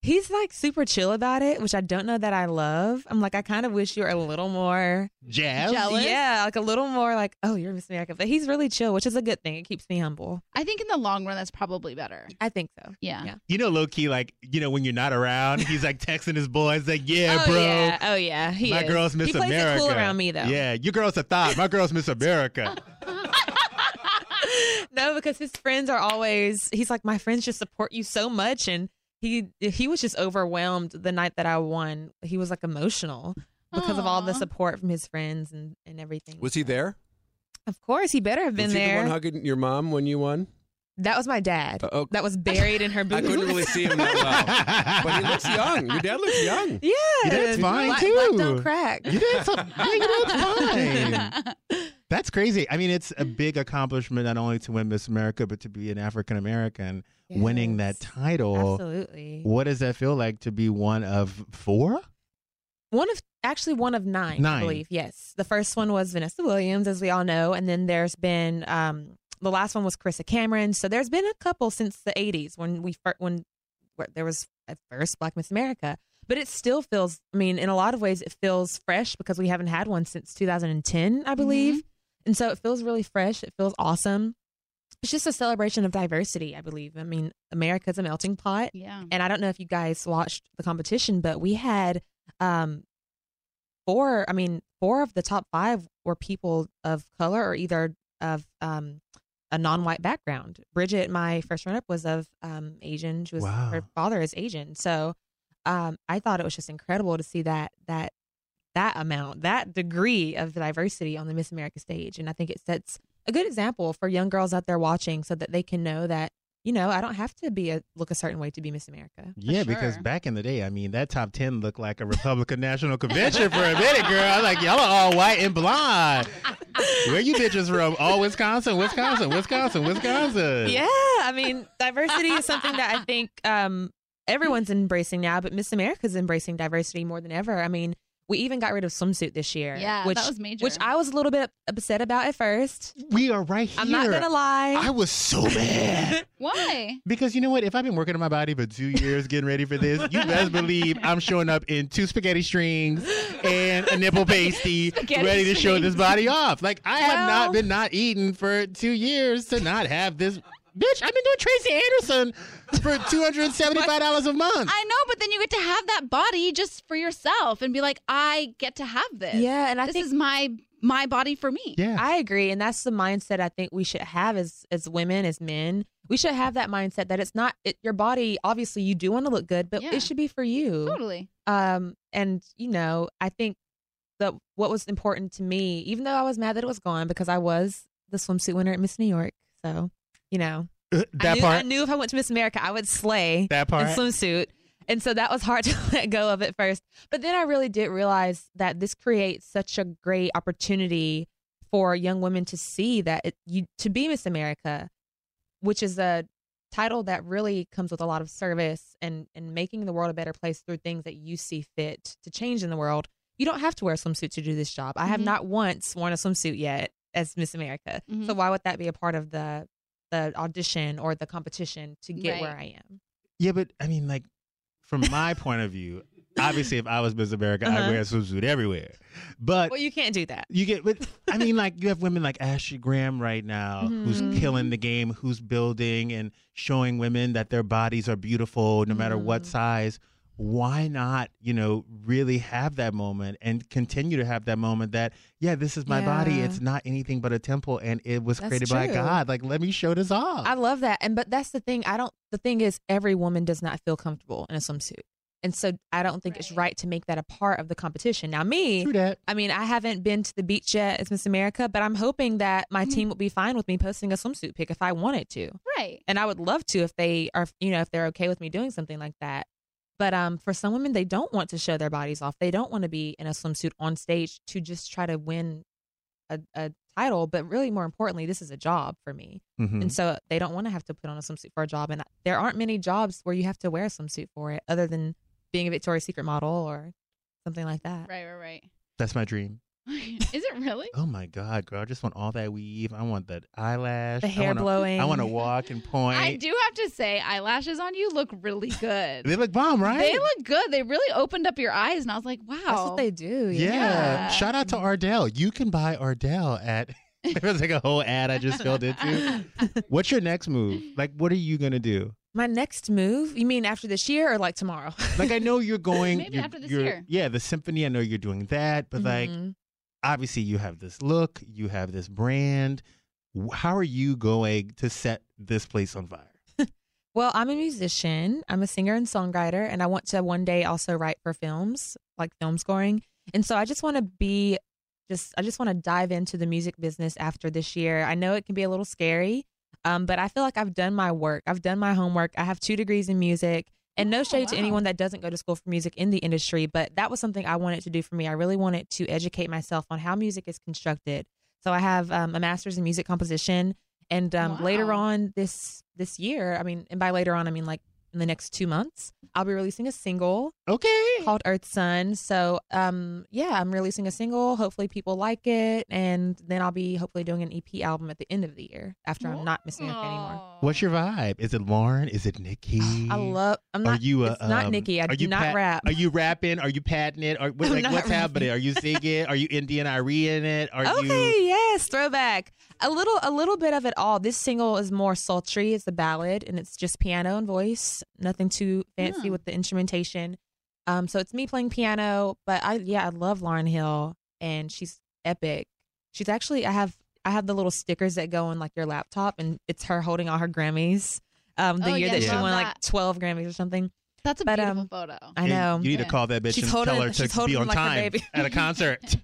Speaker 10: He's like super chill about it, which I don't know that I love. I'm like, I kind of wish you were a little more
Speaker 8: Jazz?
Speaker 1: Jealous.
Speaker 10: Yeah, like a little more like, oh, you're Miss America. But he's really chill, which is a good thing. It keeps me humble.
Speaker 1: I think in the long run, that's probably better.
Speaker 10: I think so.
Speaker 1: Yeah.
Speaker 10: Yeah.
Speaker 8: You know, low key, like, you know, when you're not around, he's like texting his boys, like, yeah,
Speaker 10: oh,
Speaker 8: bro.
Speaker 10: Yeah. Oh, yeah. He
Speaker 8: My
Speaker 10: is.
Speaker 8: girl's Miss
Speaker 10: he plays
Speaker 8: America.
Speaker 10: It cool around me, though.
Speaker 8: Yeah, your girl's a thought. My girl's Miss America.
Speaker 10: no, because his friends are always, he's like, my friends just support you so much. And he he was just overwhelmed the night that I won. He was like emotional because of all the
Speaker 1: Aw.
Speaker 10: support from his friends and, and everything.
Speaker 3: Was he there?
Speaker 10: Of course, he better have been
Speaker 3: was he
Speaker 10: there.
Speaker 3: the one hugging your mom when you won?
Speaker 10: that was my dad.
Speaker 3: Uh, oh.
Speaker 10: That was buried in her boots.
Speaker 3: I couldn't really see him that well. But he looks young. Your dad looks young.
Speaker 10: Yeah,
Speaker 8: dad's fine,
Speaker 10: Black-
Speaker 8: too.
Speaker 10: black don't crack.
Speaker 8: You did some, yeah, you did fine. That's crazy. I mean, it's a big accomplishment not only to win Miss America, but to be an African American, winning that
Speaker 10: Yes,
Speaker 8: title.
Speaker 10: Absolutely.
Speaker 8: What does that feel like to be one of four?
Speaker 10: One of actually one of nine,
Speaker 8: Nine.
Speaker 10: I believe. Yes, the first one was Vanessa Williams, as we all know, and then there's been um, the last one was Carissa Cameron. So there's been a couple since the '80s when we fir- when where there was at first Black Miss America. But it still feels. I mean, in a lot of ways, it feels fresh because we haven't had one since 2010, I believe. And so it feels really fresh. It feels awesome. It's just a celebration of diversity, I believe. I mean, America's a melting pot.
Speaker 1: Yeah.
Speaker 10: And I don't know if you guys watched the competition, but we had um four, I mean, four of the top five were people of color or either of um a non-white background. Bridget, my first runner-up, was of um Asian. She was
Speaker 8: Wow.
Speaker 10: her father is Asian. So um I thought it was just incredible to see that that that amount, that degree of diversity on the Miss America stage. And I think it sets a good example for young girls out there watching so that they can know that, you know, I don't have to be a look a certain way to be Miss America.
Speaker 8: Yeah, because
Speaker 1: sure.
Speaker 8: back in the day, I mean, that top 10 looked like a Republican National Convention for a minute, girl. I'm like, y'all are all white and blonde.
Speaker 10: Ah,
Speaker 8: Where you bitches from? Oh, Wisconsin, Wisconsin, Wisconsin, Wisconsin.
Speaker 10: Yeah, I mean, diversity is something that I think um, everyone's embracing now, but Miss America's embracing diversity more than ever. I mean, we even got rid of swimsuit this year.
Speaker 1: Yeah,
Speaker 10: which,
Speaker 1: that was major.
Speaker 10: Which I was a little bit upset about at first.
Speaker 8: We are right here.
Speaker 10: I'm not gonna lie.
Speaker 8: I was so mad.
Speaker 1: Why?
Speaker 8: Because you know what? If I've been working on my body for two years getting ready for this, you best believe I'm showing up in two spaghetti strings and a nipple pasty,
Speaker 10: Spaghetti
Speaker 8: ready to show this body off. Like I have not
Speaker 10: Well-
Speaker 8: been not eating for two years to not have this. Bitch, I've been doing Tracy Anderson for two hundred and seventy-five dollars a month.
Speaker 1: I know, but then you get to have that body just for yourself and be like, I get to have this.
Speaker 10: yeah, and I
Speaker 1: this
Speaker 10: think
Speaker 1: is my my body for me.
Speaker 8: yeah,
Speaker 10: I agree, and that's the mindset I think we should have as as women, as men. We should have that mindset that it's not it, your body. Obviously, you do want to look good, but
Speaker 1: Yeah.
Speaker 10: it should be for you.
Speaker 1: Totally.
Speaker 10: um and you know i think that what was important to me even though i was mad that it was gone because i was the swimsuit winner at miss new york so you know I,
Speaker 8: Uh, that
Speaker 10: knew,
Speaker 8: part.
Speaker 10: I knew if i went to miss america i would slay
Speaker 8: that
Speaker 10: in
Speaker 8: part.
Speaker 10: swimsuit and so that was hard to let go of at first but then i really did realize that this creates such a great opportunity for young women to see that it, you to be miss america which is a title that really comes with a lot of service and and making the world a better place through things that you see fit to change in the world. You don't have to wear a swimsuit to do this job. I have
Speaker 1: Mhm.
Speaker 10: not once worn a swimsuit yet as Miss America.
Speaker 1: Mhm.
Speaker 10: So why would that be a part of the the audition or the competition to get where
Speaker 1: Right.
Speaker 10: I am?
Speaker 8: Yeah, but I mean, like, from my point of view, obviously, if I was Miss America, I'd
Speaker 10: Uh-huh.
Speaker 8: wear a swimsuit everywhere. But
Speaker 10: well, you can't do that.
Speaker 8: you get, but I mean, like, you have women like Ashley Graham right now
Speaker 10: Mhm.
Speaker 8: who's killing the game, who's building and showing women that their bodies are beautiful no matter what
Speaker 10: Mm-hmm.
Speaker 8: size. Why not, you know, really have that moment and continue to have that moment that, yeah, this is my body.
Speaker 10: Yeah.
Speaker 8: It's not anything but a temple and it was
Speaker 10: That's
Speaker 8: created by
Speaker 10: true.
Speaker 8: God. Like, let me show this off.
Speaker 10: I love that. And but that's the thing. I don't the thing is every woman does not feel comfortable in a swimsuit. And so I don't think it's right to make that a part of the competition. Now me,
Speaker 8: True that.
Speaker 10: I mean, I haven't been to the beach yet as Miss America, but I'm hoping that my team would be fine with me posting a swimsuit pic if I wanted to.
Speaker 1: Right.
Speaker 10: And I would love to if they are, you know, if they're okay with me doing something like that. But um, for some women, they don't want to show their bodies off. They don't want to be in a swimsuit on stage to just try to win a, a title. But really, more importantly, this is a job for me,
Speaker 8: Mhm.
Speaker 10: and so they don't want to have to put on a swimsuit for a job. And there aren't many jobs where you have to wear a swimsuit for it, other than being a Victoria's Secret model or something like that.
Speaker 1: Right, right, right.
Speaker 8: That's my dream.
Speaker 1: Is it really?
Speaker 8: Oh my God, girl! I just want all that weave. I want that eyelash.
Speaker 10: The
Speaker 8: I
Speaker 10: hair
Speaker 8: wanna- I
Speaker 10: blowing.
Speaker 8: want to walk and point.
Speaker 11: I do have to say, eyelashes on you look really good.
Speaker 8: They look bomb, right?
Speaker 11: They look good. They really opened up your eyes, and I was like, wow.
Speaker 10: That's what they do.
Speaker 8: Yeah. Shout out to Ardell. You can buy Ardell at. It was like a whole ad I just filled into. What's your next move? Like, what are you gonna do?
Speaker 10: My next move? You mean after this year or like tomorrow?
Speaker 8: Like, I know you're going.
Speaker 10: Maybe
Speaker 8: you're-
Speaker 10: after this
Speaker 8: you're-
Speaker 10: year.
Speaker 8: Yeah, the symphony. I know you're doing that, but like,
Speaker 10: Mhm.
Speaker 8: obviously, you have this look. You have this brand. W- How are you going to set this place on fire?
Speaker 10: Well, I'm a musician. I'm a singer and songwriter, and I want to one day also write for films, like film scoring. And so I just want to be, just I just want to dive into the music business after this year. I know it can be a little scary, um, but I feel like I've done my work. I've done my homework. I have two degrees in music, and no shade to anyone that doesn't go to school for music in the industry, but that was something I wanted to do for me. I really wanted to educate myself on how music is constructed. So I have um, a master's in music composition, and um, later on this this year, I mean, and by later on, I mean like in the next two months, I'll be releasing a single.
Speaker 8: Okay.
Speaker 10: Called Earth Sun. So, um, yeah, I'm releasing a single. Hopefully, people like it, and then I'll be hopefully doing an EP album at the end of the year after I'm not Miss America anymore.
Speaker 8: What's your vibe? Is it Lauren? Is it Nikki?
Speaker 10: I love. I'm not.
Speaker 8: are you a,
Speaker 10: it's not
Speaker 8: um,
Speaker 10: Nikki. I
Speaker 8: are
Speaker 10: do
Speaker 8: you
Speaker 10: not
Speaker 8: pat-
Speaker 10: rap.
Speaker 8: Are you rapping? Are you patting it? Or what,
Speaker 10: I'm
Speaker 8: like,
Speaker 10: not
Speaker 8: what's
Speaker 10: rapping.
Speaker 8: happening? Are you singing? are you Indian Irene in it? Are
Speaker 10: okay,
Speaker 8: you
Speaker 10: yes, throwback. A little, a little bit of it all. This single is more sultry. It's a ballad, and it's just piano and voice. Nothing too
Speaker 1: Hmm.
Speaker 10: fancy with the instrumentation. Um, so it's me playing piano, but I, yeah, I love Lauren Hill, and she's epic. She's actually, I have, I have the little stickers that go on like your laptop, and it's her holding all her Grammys. Um, the
Speaker 1: Oh,
Speaker 10: year
Speaker 1: yeah,
Speaker 10: that
Speaker 1: I
Speaker 10: she
Speaker 1: love
Speaker 10: won like
Speaker 1: that.
Speaker 10: 12 Grammys or something.
Speaker 1: That's a
Speaker 10: But,
Speaker 1: beautiful
Speaker 10: um,
Speaker 1: photo.
Speaker 10: I
Speaker 8: And
Speaker 10: know.
Speaker 8: You need to call that bitch
Speaker 10: She's
Speaker 8: and
Speaker 10: holding-
Speaker 8: tell her
Speaker 10: she's
Speaker 8: to
Speaker 10: holding
Speaker 8: be on
Speaker 10: like a
Speaker 8: time
Speaker 10: baby.
Speaker 8: at a concert.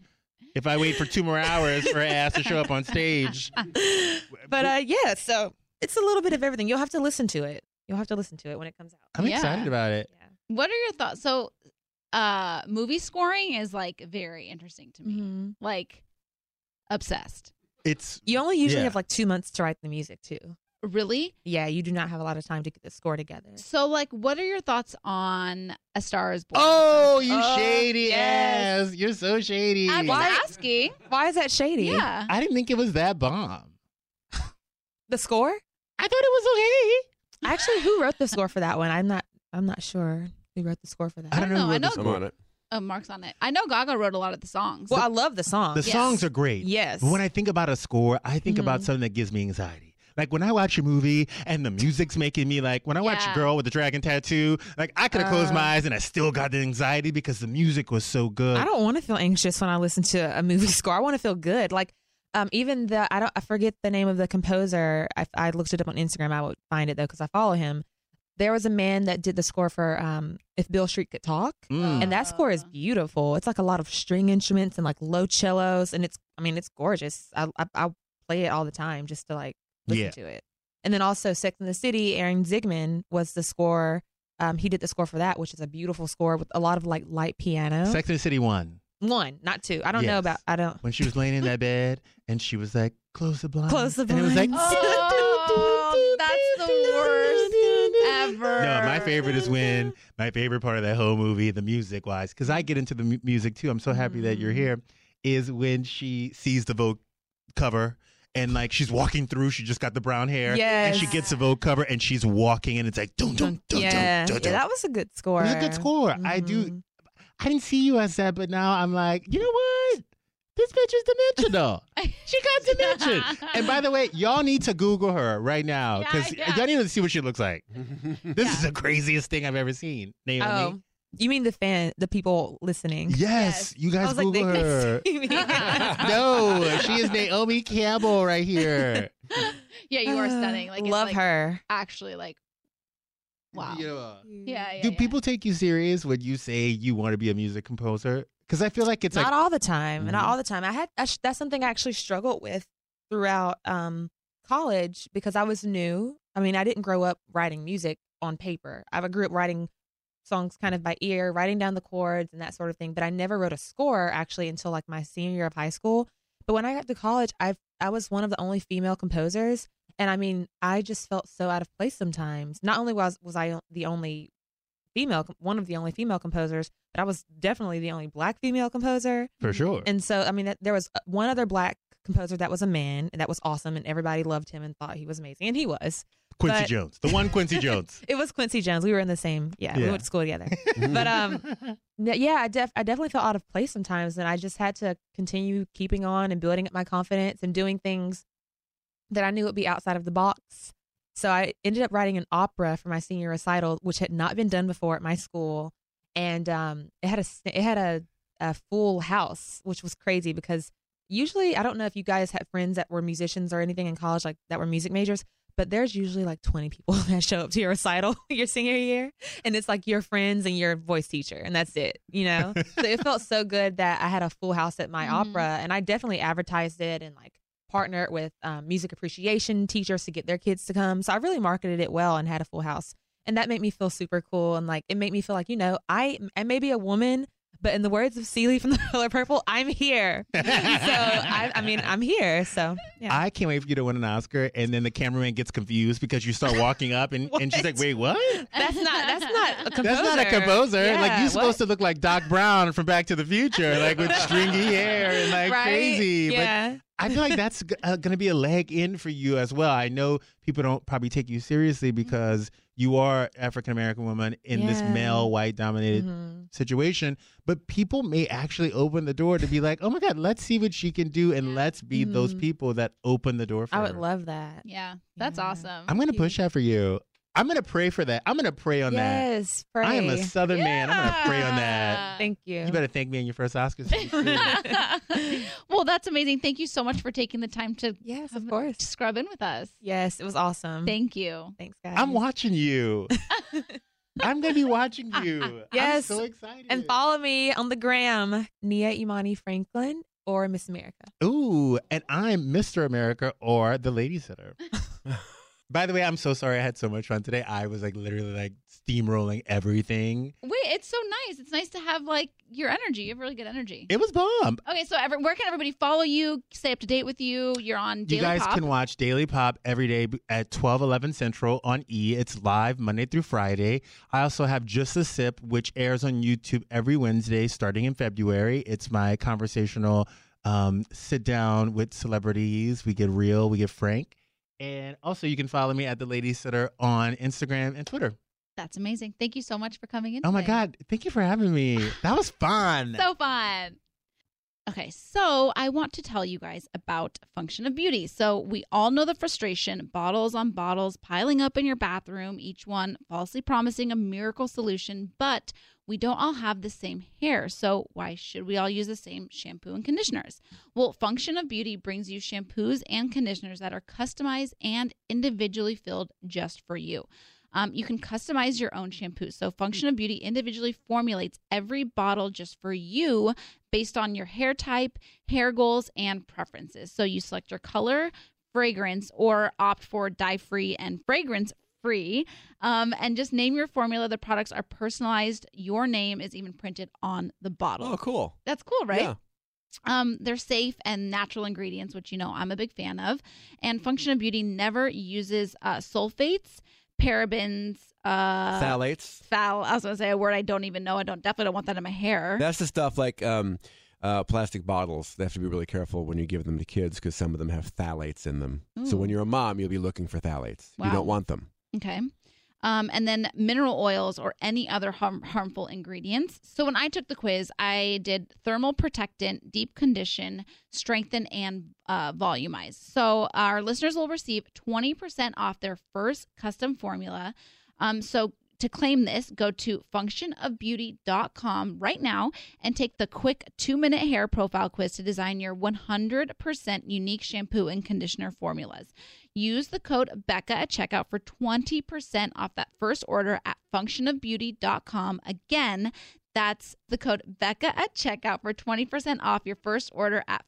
Speaker 8: if I wait for two more hours for her ass to show up on stage,
Speaker 10: But uh, yeah, so it's a little bit of everything. You'll have to listen to it. You'll have to listen to it when it comes out.
Speaker 8: I'm
Speaker 1: Yeah.
Speaker 8: excited about it.
Speaker 11: What are your thoughts? So, uh, movie scoring is like very interesting to
Speaker 10: Mm-hmm.
Speaker 11: me. Like, obsessed.
Speaker 8: It's
Speaker 10: you only usually
Speaker 11: Yeah.
Speaker 10: have like two months to write the music too.
Speaker 11: Really?
Speaker 10: Yeah, you do not have a lot of time to get the score together.
Speaker 11: So, like, what are your thoughts on A Star Is Born?
Speaker 8: Oh, you
Speaker 11: Oh,
Speaker 8: shady
Speaker 11: yes.
Speaker 8: ass! You're so shady.
Speaker 11: I'm just asking.
Speaker 10: Why is that shady?
Speaker 11: Yeah.
Speaker 8: I didn't think it was that bomb.
Speaker 10: The score?
Speaker 8: I thought it
Speaker 10: was okay. Actually, who wrote the score for that one? I'm not. I'm not sure who wrote the score for that.
Speaker 8: I don't know. who
Speaker 11: I
Speaker 8: wrote the
Speaker 11: know-
Speaker 8: score.
Speaker 11: I'm on
Speaker 3: it.
Speaker 1: uh,
Speaker 11: Oh, Mark's on it. I know Gaga wrote a lot of the songs.
Speaker 10: Well, I love the song.
Speaker 8: The songs are great.
Speaker 10: Yes. Mm-hmm.
Speaker 8: But when I think about a score, I think about something that gives me anxiety. Like when I watch a movie and the music's making me like when I watch
Speaker 11: Yeah.
Speaker 8: Girl with the Dragon Tattoo, like I could have closed
Speaker 10: Uh.
Speaker 8: my eyes and I still got the anxiety because the music was so good.
Speaker 10: I don't want to feel anxious when I listen to a movie score. I want to feel good. Like, um, even the I don't I forget the name of the composer. I, I looked it up on Instagram. I would find it though because I follow him. There was a man that did the score for um, If Bill Street Could Talk,
Speaker 8: Mm.
Speaker 10: and that score is beautiful. It's like a lot of string instruments and like low cellos, and it's I mean it's gorgeous. I I, I play it all the time just to like listen
Speaker 8: Yeah.
Speaker 10: to it. And then also Sex in the City, Aaron Zigman was the score. Um, he did the score for that, which is a beautiful score with a lot of like light piano.
Speaker 8: Sex and the City one.
Speaker 10: One, not two. I don't
Speaker 8: Yes.
Speaker 10: know about. I don't.
Speaker 8: When she was laying in that bed and she was like, Close the blinds.
Speaker 10: Close the
Speaker 8: Um, And it was like
Speaker 10: blinds.
Speaker 11: Oh, that's the worst ever.
Speaker 8: No, my favorite is when my favorite part of that whole movie, the music wise,
Speaker 10: Mm.
Speaker 8: because I get into the mu- music too. I'm so happy that you're here. Is when she sees the vote cover. And like she's walking through, she just got the brown hair. And she
Speaker 10: Yes.
Speaker 8: gets a Vogue cover and she's walking and it's like dun dun dun
Speaker 10: yeah.
Speaker 8: dun dun.
Speaker 10: yeah, that was a good score. Mm-hmm.
Speaker 8: It was a good score. I do. I didn't see you as that, but now I'm like, you know what? This bitch is dimensional. She got dimension. and by the way, y'all need to Google her right now because y'all need to see what she looks like. This is the craziest thing I've ever seen, Naomi.
Speaker 10: Oh, you mean the fan, the people listening?
Speaker 8: Yes, you guys
Speaker 10: I was like, they
Speaker 8: Google
Speaker 10: can
Speaker 8: her.
Speaker 10: see me.
Speaker 8: no, she is Naomi Campbell right here.
Speaker 1: Yeah, you are stunning.
Speaker 10: Uh,
Speaker 1: Like it's,
Speaker 10: love
Speaker 1: like,
Speaker 10: her.
Speaker 1: Actually, like wow.
Speaker 8: Yeah.
Speaker 1: Yeah, yeah.
Speaker 8: Do people take you serious when you say you want to be a music composer? Because I feel like it's
Speaker 10: not
Speaker 8: like
Speaker 10: all the time, not
Speaker 8: Mhm.
Speaker 10: all the time. I had I sh- that's something I actually struggled with throughout um, college because I was new. I mean, I didn't grow up writing music on paper. I grew up writing songs kind of by ear, writing down the chords and that sort of thing. But I never wrote a score actually until like my senior year of high school. But when I got to college, I I was one of the only female composers, and I mean, I just felt so out of place sometimes. Not only was was I the only female, one of the only female composers, but I was definitely the only black female composer.
Speaker 8: For sure.
Speaker 10: And so, I mean, that, there was uh, one other black composer that was a man, and that was awesome, and everybody loved him and thought he was amazing, and he was.
Speaker 8: Quincy
Speaker 10: But-
Speaker 8: Jones, the one Quincy Jones.
Speaker 10: It was Quincy Jones. We were in the same. Yeah, we
Speaker 8: Yeah.
Speaker 10: went to school together. but um, n- yeah, I def- I definitely felt out of place sometimes, and I just had to continue keeping on and building up my confidence and doing things that I knew would be outside of the box. So I ended up writing an opera for my senior recital, which had not been done before at my school, and um, it had a s- it had a, a full house, which was crazy because usually I don't know if you guys had friends that were musicians or anything in college like that were music majors, but there's usually like 20 people that show up to your recital your senior year, and it's like your friends and your voice teacher, and that's it, you know. so it felt so good that I had a full house at my
Speaker 1: Mhm.
Speaker 10: opera, and I definitely advertised it and like partner with um, music appreciation teachers to get their kids to come. So I really marketed it well and had a full house. And that made me feel super cool. And like, it made me feel like, you know, I, I may be a woman, but in the words of Seeley from The Color Purple, I'm here. so I, I mean, I'm here. So yeah.
Speaker 8: I can't wait for you to win an Oscar, and then the cameraman gets confused because you start walking up, and, and she's like, "Wait, what?
Speaker 10: that's not, that's not a composer.
Speaker 8: That's not a composer. like
Speaker 10: Yeah,
Speaker 8: you're
Speaker 10: what?
Speaker 8: supposed to look like Doc Brown from Back to the Future, like with stringy hair and like
Speaker 10: Right?
Speaker 8: crazy.
Speaker 10: Yeah.
Speaker 8: But I feel like that's g- uh, going to be a leg in for you as well. I know people don't probably take you seriously because you are African American woman in this
Speaker 10: Mm-hmm. Yeah. Mm-hmm.
Speaker 8: male white dominated situation, but people may actually open the door to be like, "Oh my god, let's see what she can do and let's be those people that open the door for
Speaker 10: Mm-hmm. I
Speaker 8: her."
Speaker 10: would love that.
Speaker 1: Yeah, that's awesome.
Speaker 8: I'm gonna push that for you. I'm gonna pray for that. I'm gonna pray on
Speaker 10: Yes.
Speaker 8: that.
Speaker 10: Pray.
Speaker 8: I am a Southern man. I'm gonna pray on that.
Speaker 10: Thank you.
Speaker 8: You better thank me on your first Oscars.
Speaker 1: well, that's amazing. Thank you so much for taking the time to
Speaker 10: yes, of course, Mm-hmm.
Speaker 1: scrub in with us.
Speaker 10: Yes, it was awesome.
Speaker 1: Thank you.
Speaker 10: Thanks, guys.
Speaker 8: I'm watching you. I'm gonna be watching you.
Speaker 10: Yes.
Speaker 8: I'm so excited.
Speaker 10: And follow me on the gram, Nia Imani Franklin or Miss America.
Speaker 8: Ooh, and I'm Mr. America or the Lady Sitter. By the way, I'm so sorry I had so much fun today. I was like literally like steamrolling everything.
Speaker 1: Wait, it's so nice. It's nice to have like your energy. You have really good energy.
Speaker 8: It was bomb.
Speaker 1: Okay, so every, where can everybody follow you? Stay up to date with you. You're on Daily
Speaker 8: you guys
Speaker 1: Pop.
Speaker 8: can watch Daily Pop every day b- at 12, 11 Central on E. It's live Monday through Friday. I also have Just a Sip, which airs on YouTube every Wednesday starting in February. It's my conversational um, sit down with celebrities. We get real, we get frank. And also, you can follow me at The Lady Sitter on Instagram and Twitter.
Speaker 1: That's amazing. Thank you so much for coming in.
Speaker 8: Oh my
Speaker 1: today.
Speaker 8: God. Thank you for having me. That was fun.
Speaker 1: So fun. Okay, so I want to tell you guys about Function of Beauty. So, we all know the frustration bottles on bottles piling up in your bathroom, each one falsely promising a miracle solution, but we don't all have the same hair. So, why should we all use the same shampoo and conditioners? Well, Function of Beauty brings you shampoos and conditioners that are customized and individually filled just for you. Um, you can customize your own shampoo. So, Function of Beauty individually formulates every bottle just for you based on your hair type, hair goals, and preferences. So, you select your color, fragrance, or opt for dye free and fragrance free. Um, and just name your formula. The products are personalized. Your name is even printed on the bottle.
Speaker 3: Oh, cool.
Speaker 1: That's cool, right?
Speaker 3: Yeah.
Speaker 1: Um, they're safe and natural ingredients, which you know I'm a big fan of. And Function of Beauty never uses uh, sulfates, parabens, uh,
Speaker 3: Phthalates.
Speaker 1: Phthal. I was gonna say a word I don't even know. I don't definitely don't want that in my hair.
Speaker 3: That's the stuff like um, uh, plastic bottles. They have to be really careful when you give them to kids because some of them have phthalates in them. So
Speaker 1: Ooh.
Speaker 3: when you're a mom, you'll be looking for phthalates. You
Speaker 1: Mm. Wow.
Speaker 3: don't want them.
Speaker 1: Okay. Um, and then mineral oils or any other harm- harmful ingredients. So when I took the quiz, I did thermal protectant, deep condition, strengthen, and uh, volumize. So our listeners will receive 20% off their first custom formula. Um, so to claim this, go to functionofbeauty.com right now and take the quick two minute hair profile quiz to design your 100% unique shampoo and conditioner formulas. Use the code BECCA at checkout for 20% off that first order at functionofbeauty.com. Again, that's the code BECCA at checkout for 20% off your first order at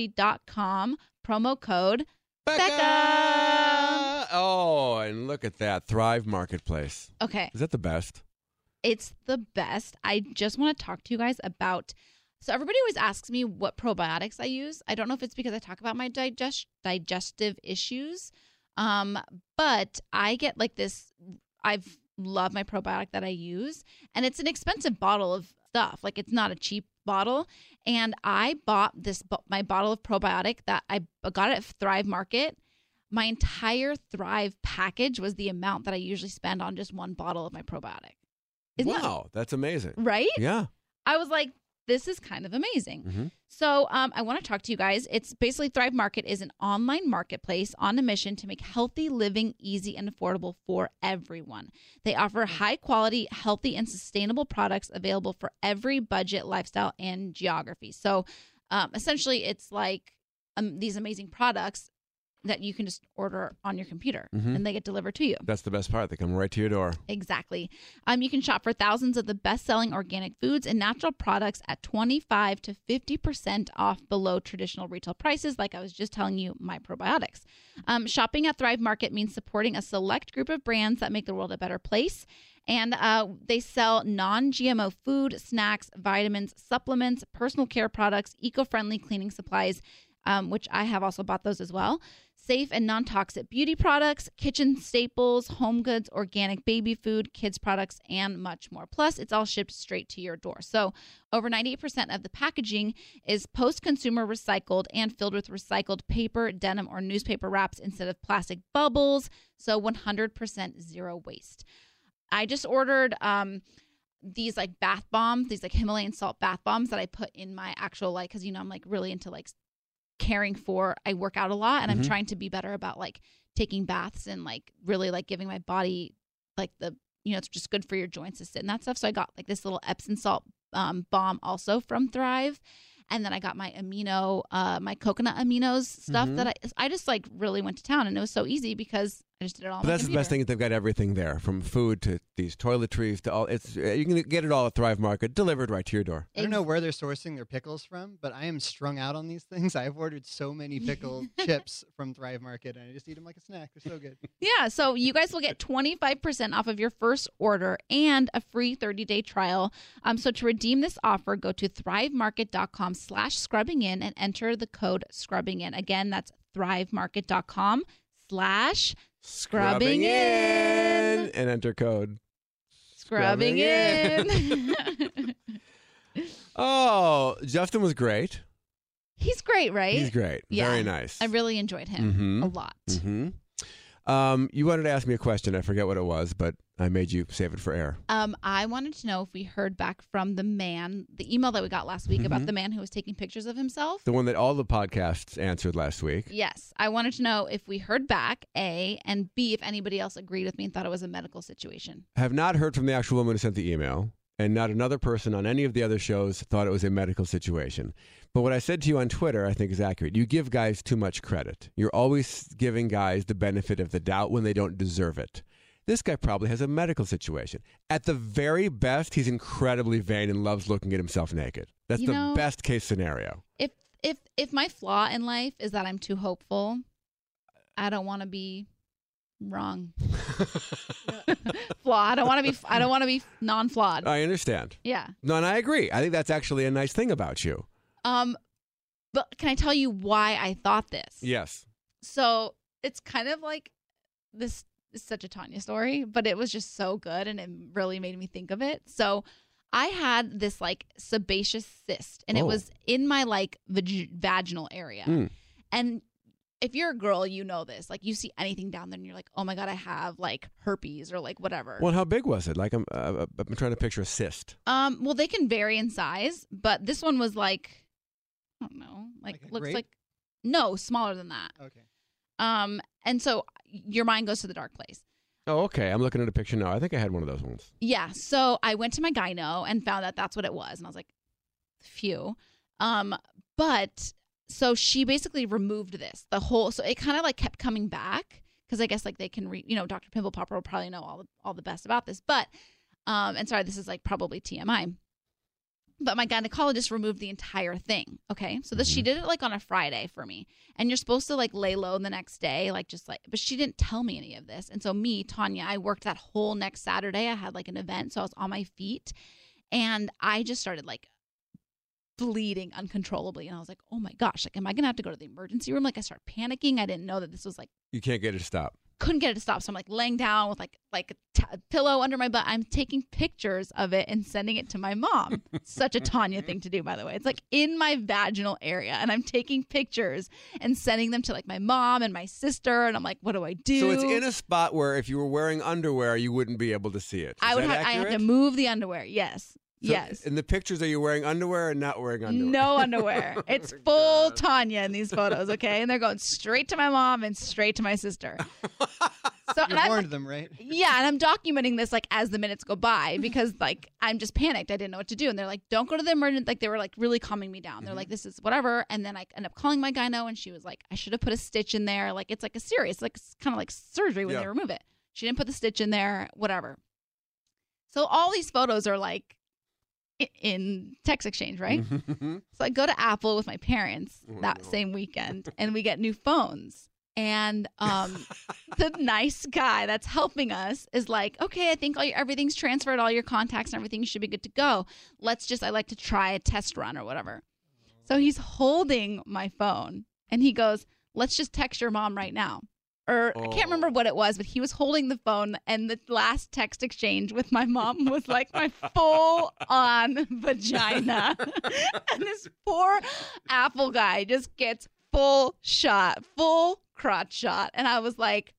Speaker 1: functionofbeauty.com. Promo code BECCA.
Speaker 3: Uh, oh, and look at that Thrive Marketplace.
Speaker 1: Okay.
Speaker 3: Is that the best?
Speaker 1: It's the best. I just want to talk to you guys about. So everybody always asks me what probiotics I use. I don't know if it's because I talk about my digest digestive issues, um, but I get like this. I've love my probiotic that I use, and it's an expensive bottle of stuff. Like it's not a cheap bottle. And I bought this bo- my bottle of probiotic that I got at Thrive Market. My entire Thrive package was the amount that I usually spend on just one bottle of my probiotic. Isn't that-
Speaker 3: wow, that's amazing.
Speaker 1: Right?
Speaker 3: Yeah.
Speaker 1: I was like, this is kind of amazing.
Speaker 3: Mhm.
Speaker 1: So um, I want to talk to you guys. It's basically Thrive Market is an online marketplace on a mission to make healthy living easy and affordable for everyone. They offer high quality, healthy, and sustainable products available for every budget, lifestyle, and geography. So um, essentially, it's like um, these amazing products that you can just order on your computer
Speaker 3: Mhm.
Speaker 1: and they get delivered to you.
Speaker 3: That's the best part. They come right to your door.
Speaker 1: Oh, Exactly. Um, you can shop for thousands of the best selling organic foods and natural products at 25 to 50% off below traditional retail prices, like I was just telling you, my probiotics. Um, shopping at Thrive Market means supporting a select group of brands that make the world a better place. And uh, they sell non GMO food, snacks, vitamins, supplements, personal care products, eco friendly cleaning supplies um, which I have also bought those as well. Safe and non toxic beauty products, kitchen staples, home goods, organic baby food, kids' products, and much more. Plus, it's all shipped straight to your door. So, over 98% of the packaging is post consumer recycled and filled with recycled paper, denim, or newspaper wraps instead of plastic bubbles. So, 100% zero waste. I just ordered um these like bath bombs, these like Himalayan salt bath bombs that I put in my actual like cuz you know I'm like really into like caring for I work out a lot and
Speaker 3: Mm-hmm.
Speaker 9: Mhm.
Speaker 1: I'm trying to be better about like taking baths and like really like giving my body like the you know it's just good for your joints to sit and that stuff. So I got like this little Epsom salt um, bomb also from Thrive. And then I got my amino, uh, my coconut aminos stuff
Speaker 3: Mhm.
Speaker 1: that I, I just like really went to town and it was so easy because I just did it all. on
Speaker 3: But
Speaker 1: my
Speaker 3: that's the best
Speaker 1: computer.
Speaker 3: thing that they've got everything there, from food to these toiletries to all. It's uh, you can get it all at Thrive Market, delivered right to your door.
Speaker 7: I don't know where they're sourcing their pickles from, but I am strung out on these things. I've ordered so many pickle chips from Thrive Market, and I just eat them like a snack. They're so good.
Speaker 1: Yeah, so you guys will get 25% off of your first order and a free 30-day trial. Um, so to redeem this offer, go to thrivemarket.com slash scrubbing in and enter the code scrubbing in. Again, that's thrivemarket.com slash scrubbing in.
Speaker 3: and enter code.
Speaker 1: Scrubbing in.
Speaker 3: Oh, Justin was great.
Speaker 1: He's great, right?
Speaker 3: He's great. Very nice.
Speaker 1: I really enjoyed him
Speaker 3: Mhm.
Speaker 1: a lot.
Speaker 3: hmm Um, you wanted to ask me a question. I forget what it was, but I made you save it for air.
Speaker 1: Um, I wanted to know if we heard back from the man, the email that we got last week about
Speaker 3: Mhm.
Speaker 1: the man who was taking pictures of himself.
Speaker 3: The one that all the podcasts answered last week.
Speaker 1: Yes. I wanted to know if we heard back, A, and B, if anybody else agreed with me and thought it was a medical situation.
Speaker 3: Have not heard from the actual woman who sent the email, and not another person on any of the other shows thought it was a medical situation. But what I said to you on Twitter, I think is accurate. You give guys too much credit. You're always giving guys the benefit of the doubt when they don't deserve it. This guy probably has a medical situation. At the very best, he's incredibly vain and loves looking at himself naked. That's
Speaker 1: You
Speaker 3: the
Speaker 1: know-
Speaker 3: best case scenario.
Speaker 1: If if if my flaw in life is that I'm too hopeful, I don't want to be wrong. Flaw. I don't want to be I don't want to be non-flawed.
Speaker 3: I understand.
Speaker 1: Yeah.
Speaker 3: No, and I agree. I think that's actually a nice thing about you.
Speaker 1: Um but can I tell you why I thought this?
Speaker 3: Yes.
Speaker 1: So, it's kind of like this is such a Tanya story, but it was just so good and it really made me think of it. So, I had this like sebaceous cyst and it
Speaker 9: Oh.
Speaker 1: was in my like vag- vaginal area.
Speaker 9: Mm.
Speaker 1: And if you're a girl, you know this. Like you see anything down there and you're like, "Oh my god, I have like herpes or like whatever."
Speaker 3: Well, how big was it? Like I'm, uh, I'm trying to picture a cyst.
Speaker 1: Um, well, they can vary in size, but this one was like, I don't know, like, looks
Speaker 7: grape?
Speaker 1: like no smaller than that.
Speaker 7: Okay.
Speaker 1: Um, and so your mind goes to the dark place.
Speaker 3: Oh, okay. I'm looking at a picture now. I think I had one of those ones.
Speaker 1: Yeah. So I went to my gyno and found out that's what it was, and I was like, phew. Um, but so she basically removed this the whole. So it kind of like kept coming back because I guess like they can re, you know, Dr. Pimple Popper will probably know all the, all the best about this, but um, and sorry, this is like probably TMI. But my gynecologist removed the entire thing. Okay. So this she did it like on a Friday for me. And you're supposed to like lay low the next day, like just like but she didn't tell me any of this. And so me, Tanya, I worked that whole next Saturday. I had like an event, so I was on my feet and I just started like bleeding uncontrollably. And I was like, oh my gosh, like am I gonna have to go to the emergency room? Like I started panicking. I didn't know that this was like
Speaker 3: You can't get it to stop.
Speaker 1: couldn't get it to stop. So I'm like laying down with like like a t- a pillow under my butt. I'm taking pictures of it and sending it to my mom. Such a Tanya thing to do, by the way. It's like in my vaginal area, and I'm taking pictures and sending them to like my mom and my sister. And I'm like, what do I do?
Speaker 3: So it's in a spot where if you were wearing underwear, you wouldn't be able to see it. Is
Speaker 1: I would
Speaker 3: that
Speaker 1: have I have
Speaker 3: accurate?
Speaker 1: to move the underwear. Yes,
Speaker 3: So
Speaker 1: yes.
Speaker 3: In the pictures, are you wearing underwear or not wearing underwear?
Speaker 1: No underwear. It's full Tanya in these photos, okay? And they're going straight to my mom and straight to my sister. So and
Speaker 7: You
Speaker 1: I'm
Speaker 7: warned them, right?
Speaker 1: Yeah, and I'm documenting this like as the minutes go by because like I'm just panicked. I didn't know what to do. And they're like, don't go to the emergent. Like they were like really calming me down. They're like, this is whatever. And then I end up calling my gyno and she was like, I should have put a stitch in there. Like it's like a serious, like kind of like surgery when they
Speaker 9: Yeah.
Speaker 1: remove it. She didn't put the stitch in there, whatever. So all these photos are like i- in text exchange,
Speaker 3: Mm-hmm.
Speaker 1: right? So I go to Apple with my parents
Speaker 9: Oh,
Speaker 1: that
Speaker 9: no.
Speaker 1: same weekend, and we get new phones. And um, the nice guy that's helping us is like, "Okay, I think all your, everything's transferred, all your contacts and everything. You should be good to go. Let's just, I like to try a test run or whatever." So he's holding my phone, and he goes, "Let's just text your mom right now." Or I
Speaker 9: Oh.
Speaker 1: can't remember what it was, but he was holding the phone, and the last text exchange with my mom was like my full on vagina. and this poor apple guy just gets full shot, full crotch shot. And I was like,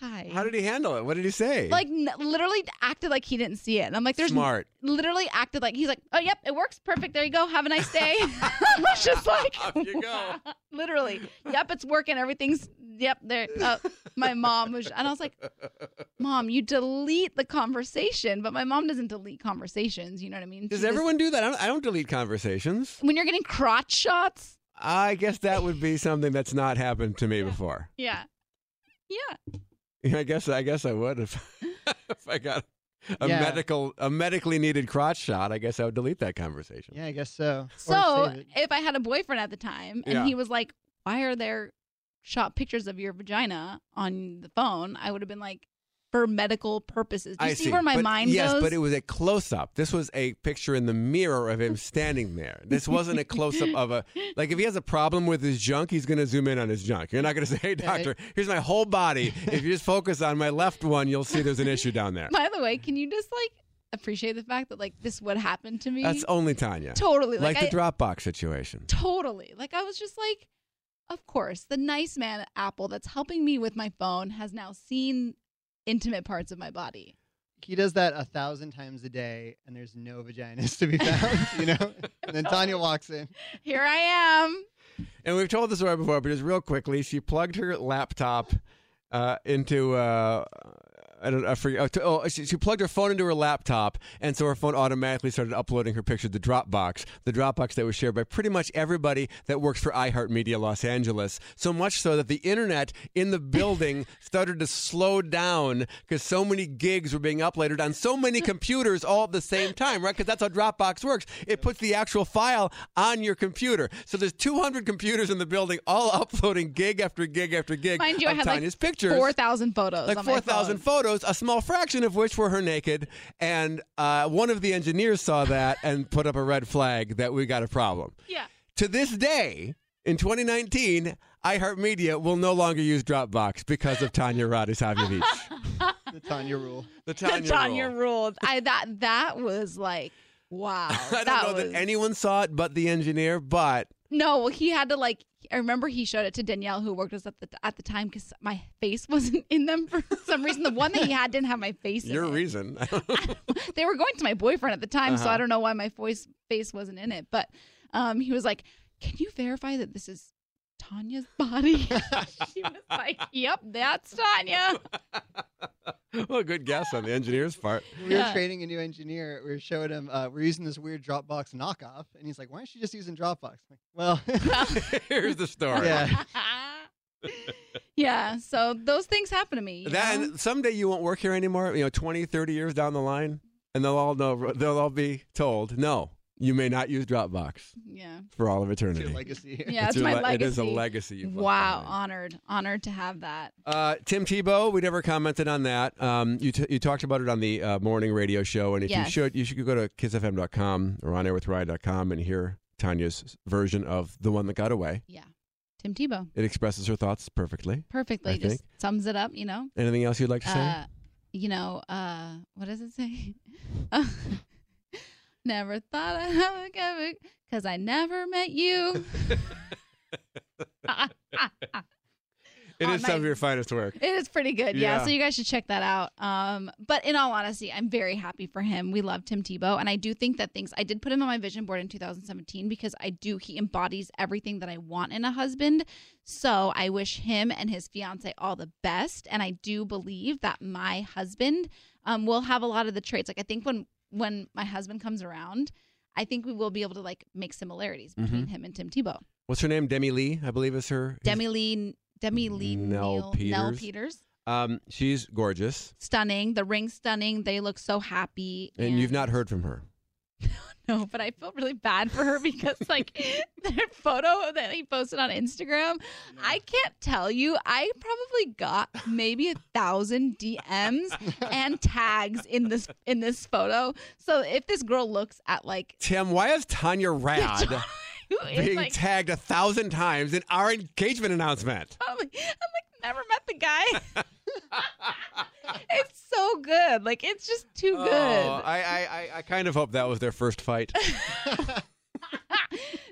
Speaker 1: hi.
Speaker 3: How did he handle it? What did he say?
Speaker 1: Like n- literally acted like he didn't see it, and I'm like, "There's
Speaker 3: Smart.
Speaker 1: Literally acted like he's like, "Oh, yep, it works, perfect. There you go. Have a nice day." I was just like,
Speaker 3: you go.
Speaker 1: literally, yep, it's working. Everything's yep. There, uh, my mom was, and I was like, "Mom, you delete the conversation," but my mom doesn't delete conversations. You know what I mean?
Speaker 3: Does
Speaker 1: She just-
Speaker 3: everyone do that? I don't, I don't delete conversations.
Speaker 1: when you're getting crotch shots?
Speaker 3: I guess that would be something that's not happened to me before.
Speaker 1: Yeah. Yeah.
Speaker 3: I guess I guess I would if, if I got a
Speaker 7: Yeah.
Speaker 3: medical a medically needed crotch shot. I guess I would delete that conversation.
Speaker 7: Yeah, I guess so.
Speaker 1: So if I had a boyfriend at the time and
Speaker 3: Yeah.
Speaker 1: he was like, Why are there shot pictures of your vagina on the phone? I would have been like, For medical purposes. Do you
Speaker 3: I
Speaker 1: see, where my
Speaker 3: But-
Speaker 1: mind
Speaker 3: yes,
Speaker 1: goes?
Speaker 3: but it was a close up. This was a picture in the mirror of him standing there. This wasn't a close up of a like if he has a problem with his junk, he's going to zoom in on his junk. You're not going to say, "Hey doctor, here's my whole body. If you just focus on my left one, you'll see there's an issue down there."
Speaker 1: By the way, can you just like appreciate the fact that like this would happen to me?
Speaker 3: That's oh, only Tanya.
Speaker 1: Totally,
Speaker 3: Like,
Speaker 1: like
Speaker 3: the
Speaker 1: I-
Speaker 3: Dropbox situation.
Speaker 1: Totally. Like I was just like, of course, the nice man at Apple that's helping me with my phone has now seen intimate parts of my body.
Speaker 7: He does that a thousand times a day, and there's no vaginas to be found, you know? And then Tanya walks in.
Speaker 1: Here I am.
Speaker 3: And we've told the story before, but just real quickly, she plugged her laptop uh, into uh, I don't I forget. oh, to- Oh, she, she plugged her phone into her laptop, and so her phone automatically started uploading her picture to Dropbox, the Dropbox that was shared by pretty much everybody that works for iHeartMedia Los Angeles. So much so that the internet in the building started to slow down because so many gigs were being uploaded on so many computers all at the same time, right? Because that's how Dropbox works. It puts the actual file on your computer. So there's 200 computers in the building, all uploading gig after gig after gig
Speaker 1: Mind you,
Speaker 3: of
Speaker 1: I had
Speaker 3: Tanya's
Speaker 1: like
Speaker 3: pictures
Speaker 1: four thousand photos.
Speaker 3: like
Speaker 1: on my
Speaker 3: 4,000
Speaker 1: phone.
Speaker 3: photos, a small fraction of which were her naked. And uh, one of the engineers saw that and put up a red flag that we got a problem.
Speaker 1: Yeah.
Speaker 3: To this day, in 2019, iHeartMedia will no longer use Dropbox because of Tanya Roddy's Hobby Beach.
Speaker 7: The Tanya rule.
Speaker 3: The Tanya,
Speaker 1: Tanya
Speaker 3: rule.
Speaker 1: ruled. I that that was like wow.
Speaker 3: I don't
Speaker 1: that
Speaker 3: know
Speaker 1: was
Speaker 3: that anyone saw it but the engineer, but
Speaker 1: no. well, He had to like. I remember he showed it to Danielle, who worked us at the at the time, because my face wasn't in them for some reason. The one that he had didn't have my face. in
Speaker 3: your
Speaker 1: it.
Speaker 3: reason.
Speaker 1: they were going to my boyfriend at the time, so
Speaker 3: Uh-huh.
Speaker 1: I don't know why my voice face wasn't in it. But um, he was like, "Can you verify that this is Tanya's body?" she was like, "Yep, that's Tanya."
Speaker 3: well, good guess on the engineer's part.
Speaker 7: We were training a new engineer. We were showing him. Uh, we're using this weird Dropbox knockoff, and he's like, "Why aren't you just using Dropbox?" I'm like, well,
Speaker 3: Here's the story.
Speaker 7: Yeah.
Speaker 1: yeah. So those things happen to me. you
Speaker 3: That
Speaker 1: know?
Speaker 3: and someday you won't work here anymore, you know, 20, 30 years down the line, and they'll all know they'll all be told, "No, you may not use Dropbox
Speaker 1: yeah.
Speaker 3: for all of eternity."
Speaker 7: legacy.
Speaker 1: Yeah, it's,
Speaker 3: your
Speaker 1: my
Speaker 3: le-
Speaker 1: legacy.
Speaker 3: It is a legacy. you've left
Speaker 1: Wow, honored, honored to have that.
Speaker 3: Uh, Tim Tebow, we never commented on that. Um, you, t- you talked about it on the uh, morning radio show, and if
Speaker 1: Yes.
Speaker 3: you should, you should go to kissfm.com or onairwithryan.com and hear Tanya's version of the one that got away.
Speaker 1: Yeah, Tim Tebow,
Speaker 3: It expresses her thoughts perfectly.
Speaker 1: perfectly,
Speaker 3: I
Speaker 1: just
Speaker 3: think.
Speaker 1: sums it up. You know.
Speaker 3: Anything else you'd like to say?
Speaker 1: Uh, you know, uh, what does it say? never thought I'd have a cover because I never met you.
Speaker 3: it is
Speaker 1: my-
Speaker 3: some of your finest work.
Speaker 1: It is pretty good, yeah.
Speaker 3: Yeah.
Speaker 1: So you guys should check that out. Um, but in all honesty, I'm very happy for him. We love Tim Tebow, and I do think that things. I did put him on my vision board in 2017 because I do. He embodies everything that I want in a husband. So I wish him and his fiance all the best, and I do believe that my husband um, will have a lot of the traits. Like I think when when my husband comes around, I think we will be able to like make similarities between
Speaker 3: Mhm.
Speaker 1: him and Tim Tebow.
Speaker 3: What's her name? Demi Lee, I believe is her.
Speaker 1: Demi Lee, Demi Lee,
Speaker 3: Nell
Speaker 1: Neal- Nell
Speaker 3: Peters.
Speaker 1: Peters
Speaker 3: Um, she's gorgeous,
Speaker 1: stunning. The ring's stunning. They look so happy.
Speaker 3: and you've not heard from her.
Speaker 1: No, but I feel really bad for her because like their photo that he posted on Instagram, I can't tell you. I probably got maybe a thousand DMs and tags in this in this photo. So if this girl looks at like
Speaker 3: Tim, why is Tanya Rad
Speaker 1: who is
Speaker 3: being
Speaker 1: like
Speaker 3: tagged a thousand times in our engagement announcement?
Speaker 1: I'm like, I'm like never met the guy. it's so good. Like it's just too
Speaker 3: Oh,
Speaker 1: good.
Speaker 3: I, I, I, I kind of hope that was their first fight.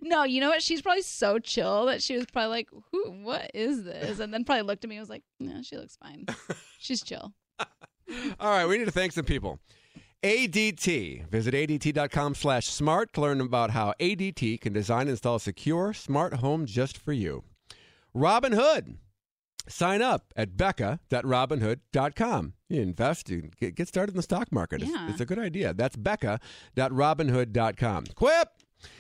Speaker 1: No, you know what? She's probably so chill that she was probably like, "Who? What is this?" And then probably looked at me and was like, "No, she looks fine. She's chill."
Speaker 3: All right, we need to thank some people. ADT. Visit ADT.com slash smart to learn about how ADT can design and install a secure smart home just for you. Robin Hood. Sign up at becca.robinhood.com. You invest, you get get started in the stock market. It's-
Speaker 6: Yeah.
Speaker 3: It's, a good idea. That's becca.robinhood.com. Quip.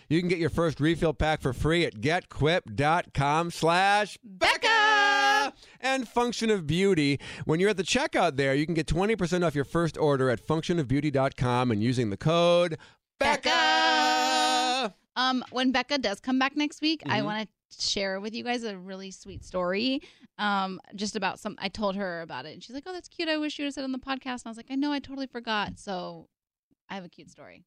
Speaker 3: You can get your first refill pack for free at getquip.com slash Becca and Function of Beauty. When you're at the checkout there, you can get 20% off your first order at functionofbeauty.com and using the code Becca.
Speaker 1: Um, when Becca does come back next week, I
Speaker 3: Mhm.
Speaker 1: want to share with you guys a really sweet story. Um, just about some. I told her about it, and she's like, "Oh, that's cute. I wish you would have said it on the podcast." And I was like, "I know. I totally forgot." So, I have a cute story.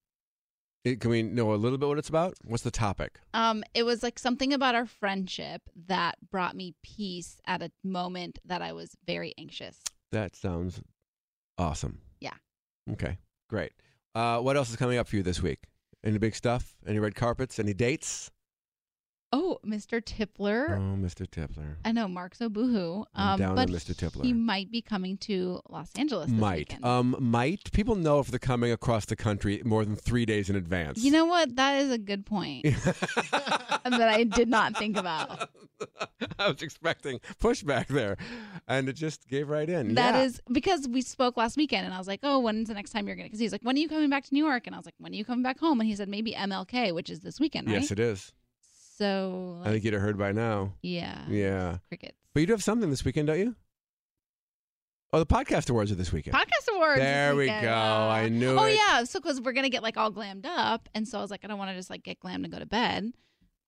Speaker 3: It- can we know a little bit what it's about? What's the topic?
Speaker 1: Um, it was like something about our friendship that brought me peace at a moment that I was very anxious.
Speaker 3: That sounds awesome.
Speaker 1: Yeah.
Speaker 3: Okay, great. Uh, what else is coming up for you this week? Any big stuff? Any red carpets? Any dates?
Speaker 1: Oh, Mr. Tippler.
Speaker 3: Oh, Mr. Tippler.
Speaker 1: I know Mark's a boohoo.
Speaker 3: I'm
Speaker 1: Um,
Speaker 3: down
Speaker 1: but
Speaker 3: on Mr. Tippler.
Speaker 1: He might be coming to Los Angeles. This
Speaker 3: Might.
Speaker 1: Weekend.
Speaker 3: Um, might. People know if they're coming across the country more than three days in advance.
Speaker 1: You know what? That is a good point that I did not think about.
Speaker 3: I was expecting pushback there, and it just gave right in.
Speaker 1: That
Speaker 3: Yeah.
Speaker 1: is because we spoke last weekend, and I was like, "Oh, when's the next time you're gonna?" Because he's like, "When are you coming back to New York?" And I was like, "When are you coming back home?" And he said, "Maybe MLK, which is this weekend, right?"
Speaker 3: Yes, it is.
Speaker 1: So,
Speaker 3: I think you'd have heard by now.
Speaker 1: yeah,
Speaker 3: Yeah.
Speaker 1: crickets.
Speaker 3: But you do have something this weekend, don't you? Oh, the podcast awards are this weekend.
Speaker 1: Podcast awards. this
Speaker 3: There we
Speaker 1: weekend.
Speaker 3: go. I knew
Speaker 1: oh
Speaker 3: it.
Speaker 1: yeah, so because we're gonna get like all glammed up, and so I was like, I don't want to just like get glammed and go to bed.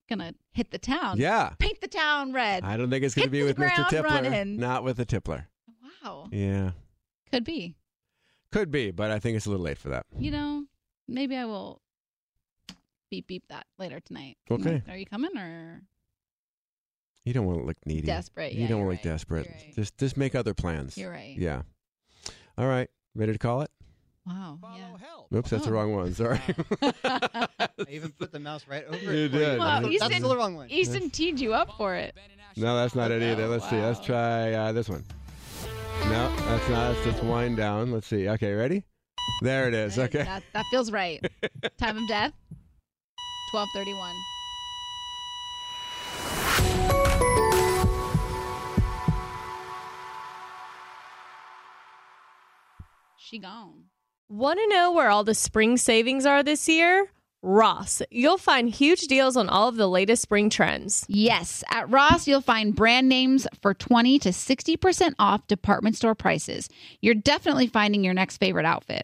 Speaker 1: Gonna hit the town.
Speaker 3: Yeah.
Speaker 1: paint the town red.
Speaker 3: I don't think it's going to
Speaker 1: Hit
Speaker 3: be
Speaker 1: the
Speaker 3: with Mr.
Speaker 1: ground
Speaker 3: Tippler.
Speaker 1: running.
Speaker 3: Not with the Tippler.
Speaker 1: wow,
Speaker 3: Yeah.
Speaker 1: could be.
Speaker 3: Could be, but I think it's a little late for that.
Speaker 1: You know, maybe I will beep beep that later tonight.
Speaker 3: Okay.
Speaker 1: Are you coming or?
Speaker 3: You don't want to look needy.
Speaker 1: Desperate,
Speaker 3: You
Speaker 1: yeah,
Speaker 3: don't
Speaker 1: you're
Speaker 3: want to
Speaker 1: right.
Speaker 3: look desperate.
Speaker 1: You're right.
Speaker 3: Just just make other plans.
Speaker 1: You're right.
Speaker 3: Yeah. All right. Ready to call it?
Speaker 1: Wow.
Speaker 12: yeah.
Speaker 3: Oops, that's the
Speaker 12: Oh.
Speaker 3: wrong one. Sorry.
Speaker 7: I even put the mouse right over
Speaker 3: You
Speaker 7: it. for
Speaker 3: did. Well,
Speaker 7: That's
Speaker 1: Easton,
Speaker 7: still the wrong one.
Speaker 1: Easton teed you up for it.
Speaker 3: No, that's not it either. Let's see. Let's try uh, this one. No, that's not. That's just wind down. Let's see. Okay, ready? There it is. Okay.
Speaker 1: That, that feels right. Time of death, twelve thirty-one. She gone.
Speaker 2: Want to know where all the spring savings are this year? Ross. You'll find huge deals on all of the latest spring trends.
Speaker 12: Yes, at Ross, you'll
Speaker 1: find brand names for 20 to 60% off department store prices. You're definitely finding your next favorite outfit.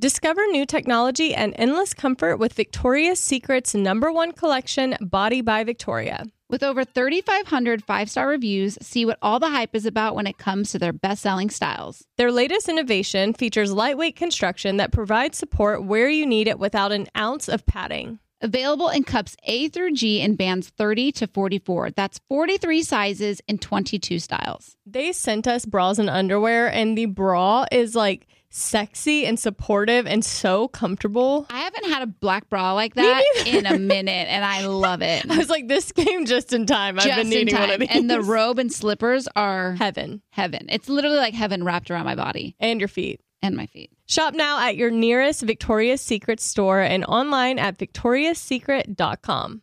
Speaker 2: Discover new technology and endless comfort with Victoria's Secret's number one collection, Body by Victoria.
Speaker 1: With over 3,500 five star reviews, see what all the hype is about when it comes to their best selling styles.
Speaker 2: Their latest innovation features lightweight construction that provides support where you need it without an ounce of padding.
Speaker 1: Available in cups A through G in bands 30 to 44. That's 43 sizes in 22 styles.
Speaker 2: They sent us bras and underwear, and the bra is like sexy and supportive and so comfortable.
Speaker 1: I haven't had a black bra like that in a minute, and I love it.
Speaker 2: I was like, this came just in time. I've
Speaker 1: Just
Speaker 2: been
Speaker 1: in
Speaker 2: needing one of
Speaker 1: time.
Speaker 2: these.
Speaker 1: And the robe and slippers are
Speaker 2: heaven.
Speaker 1: Heaven. It's literally like heaven wrapped around my body
Speaker 2: and your feet.
Speaker 1: and my feet.
Speaker 2: Shop now at your nearest Victoria's Secret store and online at victoriassecret.com.